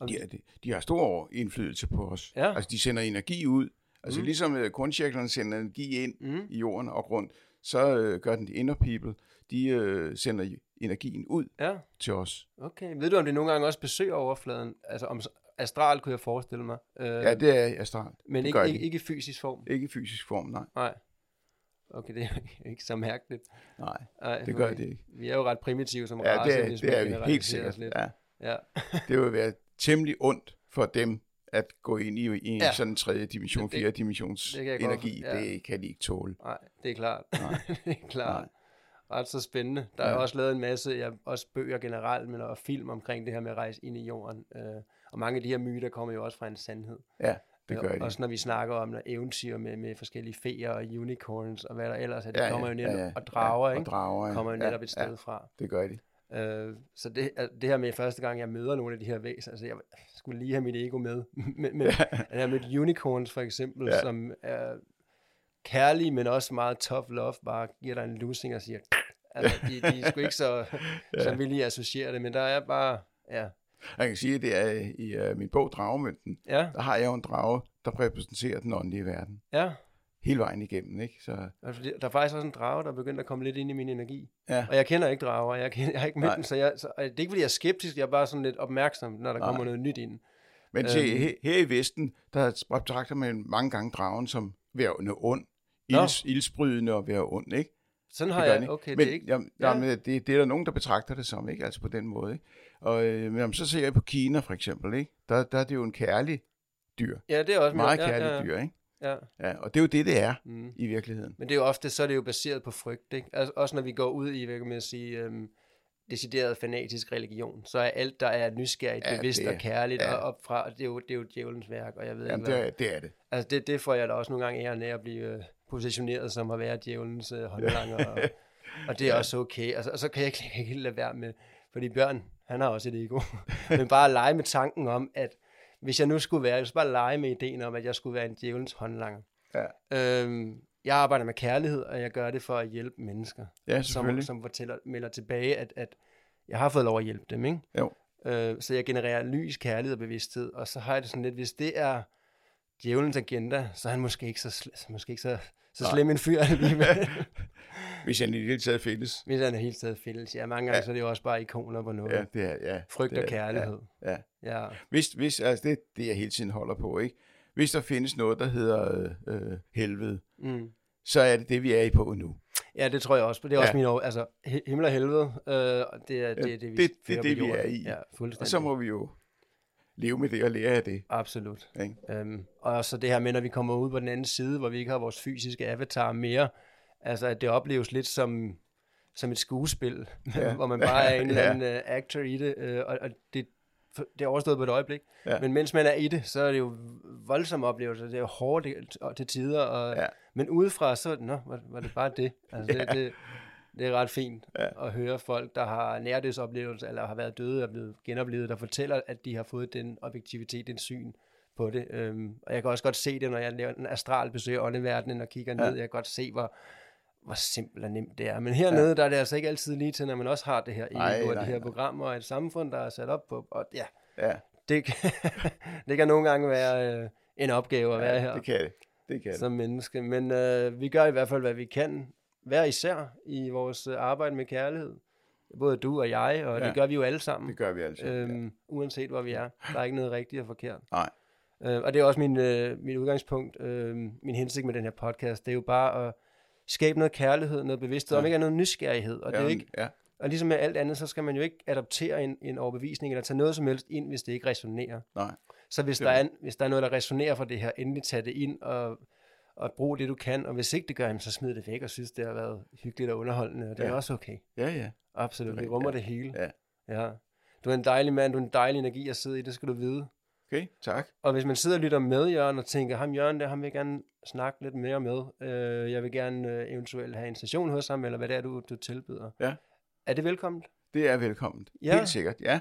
Speaker 2: Om-
Speaker 3: De, er, de, de har stor indflydelse på os.
Speaker 2: Ja.
Speaker 3: Altså, de sender energi ud. Altså, mm.
Speaker 2: Mm.
Speaker 3: ligesom øh, korncirklerne sender energi ind
Speaker 2: Mm.
Speaker 3: i jorden og rundt, så øh, gør den de inner people, de øh, sender energien ud
Speaker 2: Ja,
Speaker 3: til os.
Speaker 2: okay. Ved du, om det nogle gange også besøger overfladen? Altså om astral kunne jeg forestille mig. Øh,
Speaker 3: Øh, ja, det er astralt.
Speaker 2: men
Speaker 3: det
Speaker 2: ikke,
Speaker 3: gør
Speaker 2: ikke,
Speaker 3: de.
Speaker 2: ikke i fysisk form.
Speaker 3: Ikke i fysisk form, nej.
Speaker 2: Nej. Okay, det er ikke så mærkeligt.
Speaker 3: Nej,
Speaker 2: Ej,
Speaker 3: det gør
Speaker 2: okay.
Speaker 3: det ikke.
Speaker 2: Vi er jo ret primitive som
Speaker 3: Ja,
Speaker 2: race,
Speaker 3: det er,
Speaker 2: hvis man
Speaker 3: det er vi helt
Speaker 2: generaliserer
Speaker 3: sikkert.
Speaker 2: os Lidt.
Speaker 3: Ja.
Speaker 2: Ja.
Speaker 3: det vil være temmelig ondt for dem at gå ind i, i en ja.
Speaker 2: Ja.
Speaker 3: sådan tredje dimension,
Speaker 2: Det- det-
Speaker 3: fjerde dimensions
Speaker 2: det kan jeg godt
Speaker 3: energi.
Speaker 2: for- ja.
Speaker 3: Det kan de ikke tåle.
Speaker 2: Nej, det er klart.
Speaker 3: Nej.
Speaker 2: det er klart.
Speaker 3: Nej.
Speaker 2: Nej. Ret så spændende. Der er
Speaker 3: Ja.
Speaker 2: ja. også lavet en masse, ja, også bøger generelt, men og film omkring det her med at rejse ind i jorden. Øh, og mange af de her myter kommer jo også fra en sandhed.
Speaker 3: Ja, det
Speaker 2: Ja,
Speaker 3: gør de.
Speaker 2: Også når vi snakker om når eventyr med, med forskellige feer og unicorns og hvad der ellers er. Det
Speaker 3: Ja,
Speaker 2: ja,
Speaker 3: ja,
Speaker 2: kommer jo netop,
Speaker 3: ja, ja,
Speaker 2: og drager,
Speaker 3: ja,
Speaker 2: ikke?
Speaker 3: Og drager, ja.
Speaker 2: kommer jo netop
Speaker 3: ja,
Speaker 2: et sted
Speaker 3: Ja,
Speaker 2: fra.
Speaker 3: det gør de.
Speaker 2: Øh, så det, al- det her med første gang, jeg møder nogle af de her væsener, altså jeg skulle lige have mit ego med, men, men jeg har mødt unicorns for eksempel,
Speaker 3: Ja.
Speaker 2: ja. som er kærlige, men også meget tough love, bare giver dig en losing og siger, altså, de, de er sgu ikke så, ja. så villige at associere det, men der er bare, ja,
Speaker 3: Jeg kan sige, at det er i uh, min bog Dragemønten,
Speaker 2: ja,
Speaker 3: der har jeg jo en drage, der repræsenterer den åndelige verden.
Speaker 2: ja.
Speaker 3: Hele vejen igennem, ikke? Så
Speaker 2: Altså, det- Der er faktisk også en drage, der er begyndt at komme lidt ind i min energi.
Speaker 3: Ja.
Speaker 2: Og jeg kender ikke drager, jeg, kender, jeg har ikke mødt
Speaker 3: Nej.
Speaker 2: dem, så, jeg, så og det er ikke, fordi jeg er skeptisk, jeg er bare sådan lidt opmærksom, når der
Speaker 3: Nej.
Speaker 2: kommer noget nyt ind.
Speaker 3: Men til,
Speaker 2: Øhm.
Speaker 3: he- her i Vesten, der betragter man mange gange dragen som værende ond,
Speaker 2: Nå.
Speaker 3: ilds, ildsprydende og være ond, ikke?
Speaker 2: Sådan
Speaker 3: Det
Speaker 2: har
Speaker 3: gør den
Speaker 2: jeg,
Speaker 3: ikke.
Speaker 2: Ah, okay,
Speaker 3: men,
Speaker 2: det er ikke,
Speaker 3: Jamen, ja.
Speaker 2: ja.
Speaker 3: jamen, det, det er der nogen, der betragter det som, ikke? Altså på den måde, ikke? Og øh, men, jamen, så ser jeg på Kina for eksempel, ikke? Der, der er det jo en kærlig dyr.
Speaker 2: ja, det er også
Speaker 3: Meget
Speaker 2: ja,
Speaker 3: kærlig
Speaker 2: ja,
Speaker 3: dyr, ikke?
Speaker 2: Ja.
Speaker 3: Ja, og det er jo det, det er
Speaker 2: Mm.
Speaker 3: i virkeligheden.
Speaker 2: Men det er jo ofte, så er det jo baseret på frygt, ikke? Altså, også når vi går ud i, hvad kan man sige, øhm, decideret fanatisk religion, så er alt, der er nysgerrigt,
Speaker 3: Ja,
Speaker 2: ja, bevidst
Speaker 3: det-
Speaker 2: og kærligt
Speaker 3: ja.
Speaker 2: ja. og opfra, det er, jo, det er jo djævelens værk, og jeg ved
Speaker 3: Jamen,
Speaker 2: ikke
Speaker 3: det
Speaker 2: hvad.
Speaker 3: er det. Er det.
Speaker 2: Altså det, det får jeg da også nogle gange æren af at blive øh, positioneret som at være djævelens øh, håndlanger, og, og det er
Speaker 3: Ja.
Speaker 2: ja. også okay. Altså, Og, så- og så kan jeg ikke, jeg kan ikke helt lade være med, fordi Bjørn, han har også et ego, men bare at lege med tanken om, at hvis jeg nu skulle være, jeg skulle bare lege med ideen om, at jeg skulle være en djævelens håndlanger.
Speaker 3: Ja.
Speaker 2: Øhm, jeg arbejder med kærlighed, og jeg gør det for at hjælpe mennesker som,
Speaker 3: Ja, selvfølgelig.
Speaker 2: som fortæller, melder tilbage, at, at jeg har fået lov at hjælpe dem, ikke?
Speaker 3: Jo.
Speaker 2: Øh, så jeg genererer lys, kærlighed og bevidsthed, og så har jeg det sådan lidt, hvis det er djævelens agenda, så er han måske ikke så, sl- så, måske ikke så, så
Speaker 3: Nej.
Speaker 2: slem en fyr alligevel,
Speaker 3: Hvis jeg i det hele taget findes.
Speaker 2: hvis han er helt taget fælles. Ja, mange gange, ja. så er det jo også bare ikoner på noget.
Speaker 3: Ja,
Speaker 2: Ja.
Speaker 3: det er, ja,
Speaker 2: Frygt
Speaker 3: det er,
Speaker 2: og kærlighed.
Speaker 3: Ja, ja.
Speaker 2: Ja.
Speaker 3: Hvis, hvis, altså det er det, jeg hele tiden holder på, ikke? Hvis der findes noget, der hedder øh, øh, helvede,
Speaker 2: Mm.
Speaker 3: så er det det, vi er i på nu.
Speaker 2: ja, det tror jeg også. Det er også
Speaker 3: Ja.
Speaker 2: min over... Altså, hi- himmel og helvede, øh, og det er det, det, vi
Speaker 3: det- det
Speaker 2: føler
Speaker 3: er
Speaker 2: på
Speaker 3: det, vi
Speaker 2: jorden.
Speaker 3: er i.
Speaker 2: Ja, fuldstændig.
Speaker 3: Og så må vi jo leve med det og lære af det.
Speaker 2: Absolut.
Speaker 3: Ikke?
Speaker 2: Øhm, og så det her med, når vi kommer ud på den anden side, hvor vi ikke har vores fysiske avatar mere, altså at det opleves lidt som, som et skuespil,
Speaker 3: Ja.
Speaker 2: ja. hvor man bare er en eller
Speaker 3: Ja.
Speaker 2: anden uh, actor i det, øh, og, og det, for- det er overstået på et øjeblik.
Speaker 3: Ja.
Speaker 2: Ja. Men mens man er i det, så er det jo voldsomme oplevelser, det er jo hårdt det- og til tider, og,
Speaker 3: Ja.
Speaker 2: ja. men udefra så, nå, var, var det bare det. Altså,
Speaker 3: Ja.
Speaker 2: det, det det er ret fint
Speaker 3: Ja.
Speaker 2: ja. at høre folk, der har nærdødsoplevelser, eller har været døde og blevet genoplevet, der fortæller, at de har fået den objektivitet, den syn på det. Øhm, og jeg kan også godt se det, når jeg laver en astral besøger åndeverdenen og kigger ned. Jeg kan godt se, hvor, hvor simpelt og nemt det er. Men hernede, ja. der er det altså ikke altid lige til, når man også har det her
Speaker 3: Nej,
Speaker 2: ego og
Speaker 3: nej,
Speaker 2: de her
Speaker 3: nej.
Speaker 2: programmer og et samfund, der er sat op på. Og ja,
Speaker 3: Ja,
Speaker 2: det kan, det kan nogle gange være øh, en opgave at være her
Speaker 3: ja det kan det. Det kan det.
Speaker 2: som menneske. Men øh, vi gør i hvert fald, hvad vi kan, hver især i vores øh, arbejde med kærlighed. Både du og jeg, og ja.
Speaker 3: Ja.
Speaker 2: det gør vi jo alle sammen.
Speaker 3: Det gør vi altså.
Speaker 2: Øhm, ja. Uanset hvor vi er. Der er ikke noget rigtigt og forkert.
Speaker 3: Nej.
Speaker 2: Øh, og det er også min, øh, mit udgangspunkt, øh, min hensigt med den her podcast. Det er jo bare at skabe noget kærlighed, noget bevidsthed, ja.
Speaker 3: Ja.
Speaker 2: om ikke er noget nysgerrighed. Og, det er
Speaker 3: ja,
Speaker 2: ikke,
Speaker 3: ja,
Speaker 2: og ligesom med alt andet, så skal man jo ikke adoptere en, en overbevisning eller tage noget som helst ind, hvis det ikke resonerer.
Speaker 3: nej.
Speaker 2: Så hvis,
Speaker 3: Det
Speaker 2: der
Speaker 3: er
Speaker 2: er, en- hvis der er noget, der resonerer for det her, endelig tag det ind og, og brug det, du kan. Og hvis ikke det gør, jamen, så smid det væk og synes, det har været hyggeligt og underholdende. Og det ja.
Speaker 3: Ja.
Speaker 2: er også okay.
Speaker 3: Ja, ja.
Speaker 2: Absolut.
Speaker 3: Det er
Speaker 2: Vi rummer
Speaker 3: rigtigt,
Speaker 2: det hele.
Speaker 3: Ja.
Speaker 2: ja. Du er en dejlig mand, du er en dejlig energi at sidde i, det skal du vide.
Speaker 3: Okay, tak.
Speaker 2: Og hvis man sidder og lytter med Jørgen og tænker, ham Jørgen der, ham vil jeg gerne snakke lidt mere med. Øh, jeg vil gerne øh, eventuelt have en session hos ham, eller hvad det er, du, du tilbyder.
Speaker 3: Ja.
Speaker 2: Er det velkomment?
Speaker 3: Det er velkommen.
Speaker 2: Ja.
Speaker 3: Helt sikkert, ja.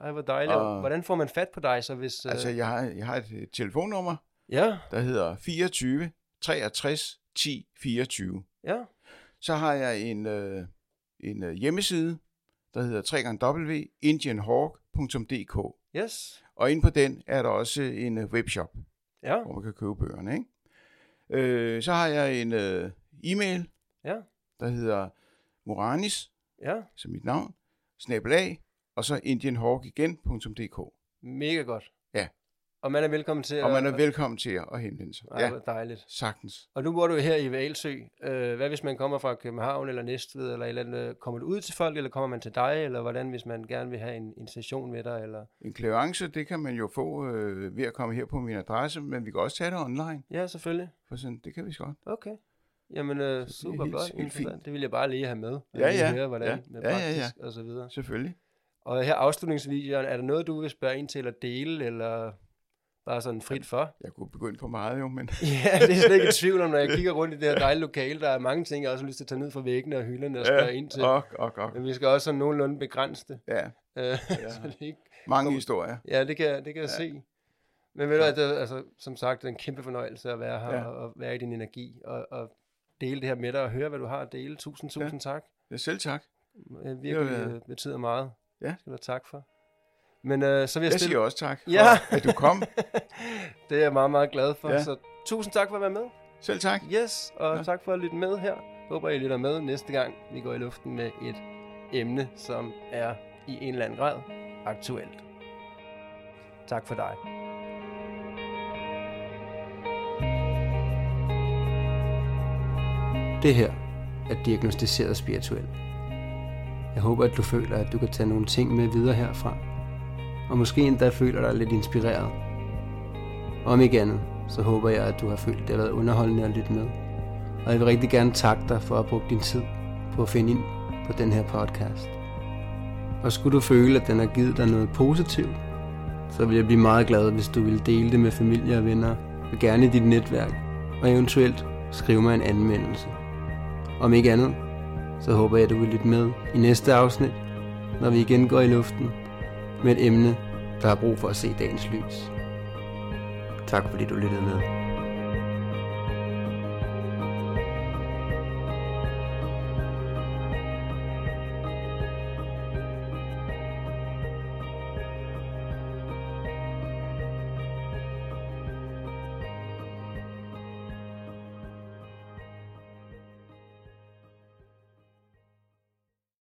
Speaker 2: Ej, hvor dejligt.
Speaker 3: Og-
Speaker 2: Og... Hvordan får man fat på dig så, hvis... Øh...
Speaker 3: Altså, jeg har, jeg har et øh, telefonnummer,
Speaker 2: Ja,
Speaker 3: der hedder 24 63 10 24.
Speaker 2: ja.
Speaker 3: Så har jeg en, øh, en øh, hjemmeside, der hedder www.indianhawk.dk.
Speaker 2: Yes.
Speaker 3: Og inde på den er der også en øh, webshop,
Speaker 2: Ja,
Speaker 3: hvor man kan købe bøgerne. Ikke? Øh, så har jeg en øh, e-mail,
Speaker 2: Ja.
Speaker 3: der hedder moranis,
Speaker 2: ja.
Speaker 3: som mit navn, snabelag, og så indianhawkigen.dk.
Speaker 2: Mega godt.
Speaker 3: Ja.
Speaker 2: Og man er velkommen til
Speaker 3: Og man er velkommen til at henvende sig.
Speaker 2: Ej,
Speaker 3: Ja,
Speaker 2: hvor dejligt.
Speaker 3: sagtens.
Speaker 2: Og nu bor du her i Valsø. Øh, hvad hvis man kommer fra København eller Næstved, eller, et eller andet, øh, kommer du ud til folk, eller kommer man til dig, eller hvordan, hvis man gerne vil have en, en session med dig? Eller...
Speaker 3: En klævance, det kan man jo få øh, ved at komme her på min adresse, men vi kan også tage det online.
Speaker 2: Ja, selvfølgelig.
Speaker 3: For sådan, det kan vi godt.
Speaker 2: Okay. Jamen, øh,
Speaker 3: det er
Speaker 2: super
Speaker 3: helt-
Speaker 2: godt.
Speaker 3: helt
Speaker 2: interessant.
Speaker 3: fint.
Speaker 2: Det vil jeg bare lige have med. og
Speaker 3: Ja,
Speaker 2: lige
Speaker 3: ja.
Speaker 2: Høre, hvordan
Speaker 3: Ja.
Speaker 2: med
Speaker 3: Ja, ja,
Speaker 2: praktisk og så videre.
Speaker 3: Selvfølgelig.
Speaker 2: Og her afslutningsvideoen, er der noget, du vil spørge ind til, eller dele, eller bare sådan frit for?
Speaker 3: Jeg kunne begynde for meget jo, men
Speaker 2: Ja, det er slet ikke i tvivl om, når jeg kigger rundt i det her dejlige lokale. Der er mange ting, jeg også har lyst til at tage ned fra væggene og hylderne og spørge ind til.
Speaker 3: og, og, og.
Speaker 2: Men vi skal også sådan nogenlunde begrænse det.
Speaker 3: Ja,
Speaker 2: Øh, så det ikke...
Speaker 3: mange historier.
Speaker 2: Ja, det kan, jeg- det kan jeg ja. se. Men ved du, at det, er, altså, som sagt, det er en kæmpe fornøjelse at være her
Speaker 3: Ja.
Speaker 2: ja. og være i din energi og, og dele det her med dig og høre, hvad du har at dele. Tusind,
Speaker 3: Ja.
Speaker 2: tusind ja. tak.
Speaker 3: Ja, selv tak.
Speaker 2: Øh, Virkelig
Speaker 3: ja.
Speaker 2: øh, betyder meget.
Speaker 3: Ja.
Speaker 2: Det skal du have tak for. Men øh, så vil jeg,
Speaker 3: Jeg
Speaker 2: stille...
Speaker 3: siger også tak, for,
Speaker 2: Ja.
Speaker 3: at du kom.
Speaker 2: det er jeg meget, meget glad for.
Speaker 3: Ja.
Speaker 2: Ja. Så tusind tak for at være med.
Speaker 3: Selv tak.
Speaker 2: Yes, og
Speaker 3: Ja.
Speaker 2: ja. tak for at lytte med her. Håber, I lytter med næste gang, vi går i luften med et emne, som er i en eller anden grad aktuelt. Tak for dig. Det her er diagnostiseret spirituelt. Jeg håber, at du føler, at du kan tage nogle ting med videre herfra. Og måske endda føler dig lidt inspireret. Om ikke andet, så håber jeg, at du har følt, at det har været underholdende at lytte med. Og jeg vil rigtig gerne takke dig for at have brugt din tid på at finde ind på den her podcast. Og skulle du føle, at den har givet dig noget positivt, så vil jeg blive meget glad, hvis du vil dele det med familie og venner, og gerne i dit netværk, og eventuelt skrive mig en anmeldelse. Om ikke andet, så håber jeg, at du vil lytte med i næste afsnit, når vi igen går i luften med et emne, der har brug for at se dagens lys. Tak fordi du lyttede med.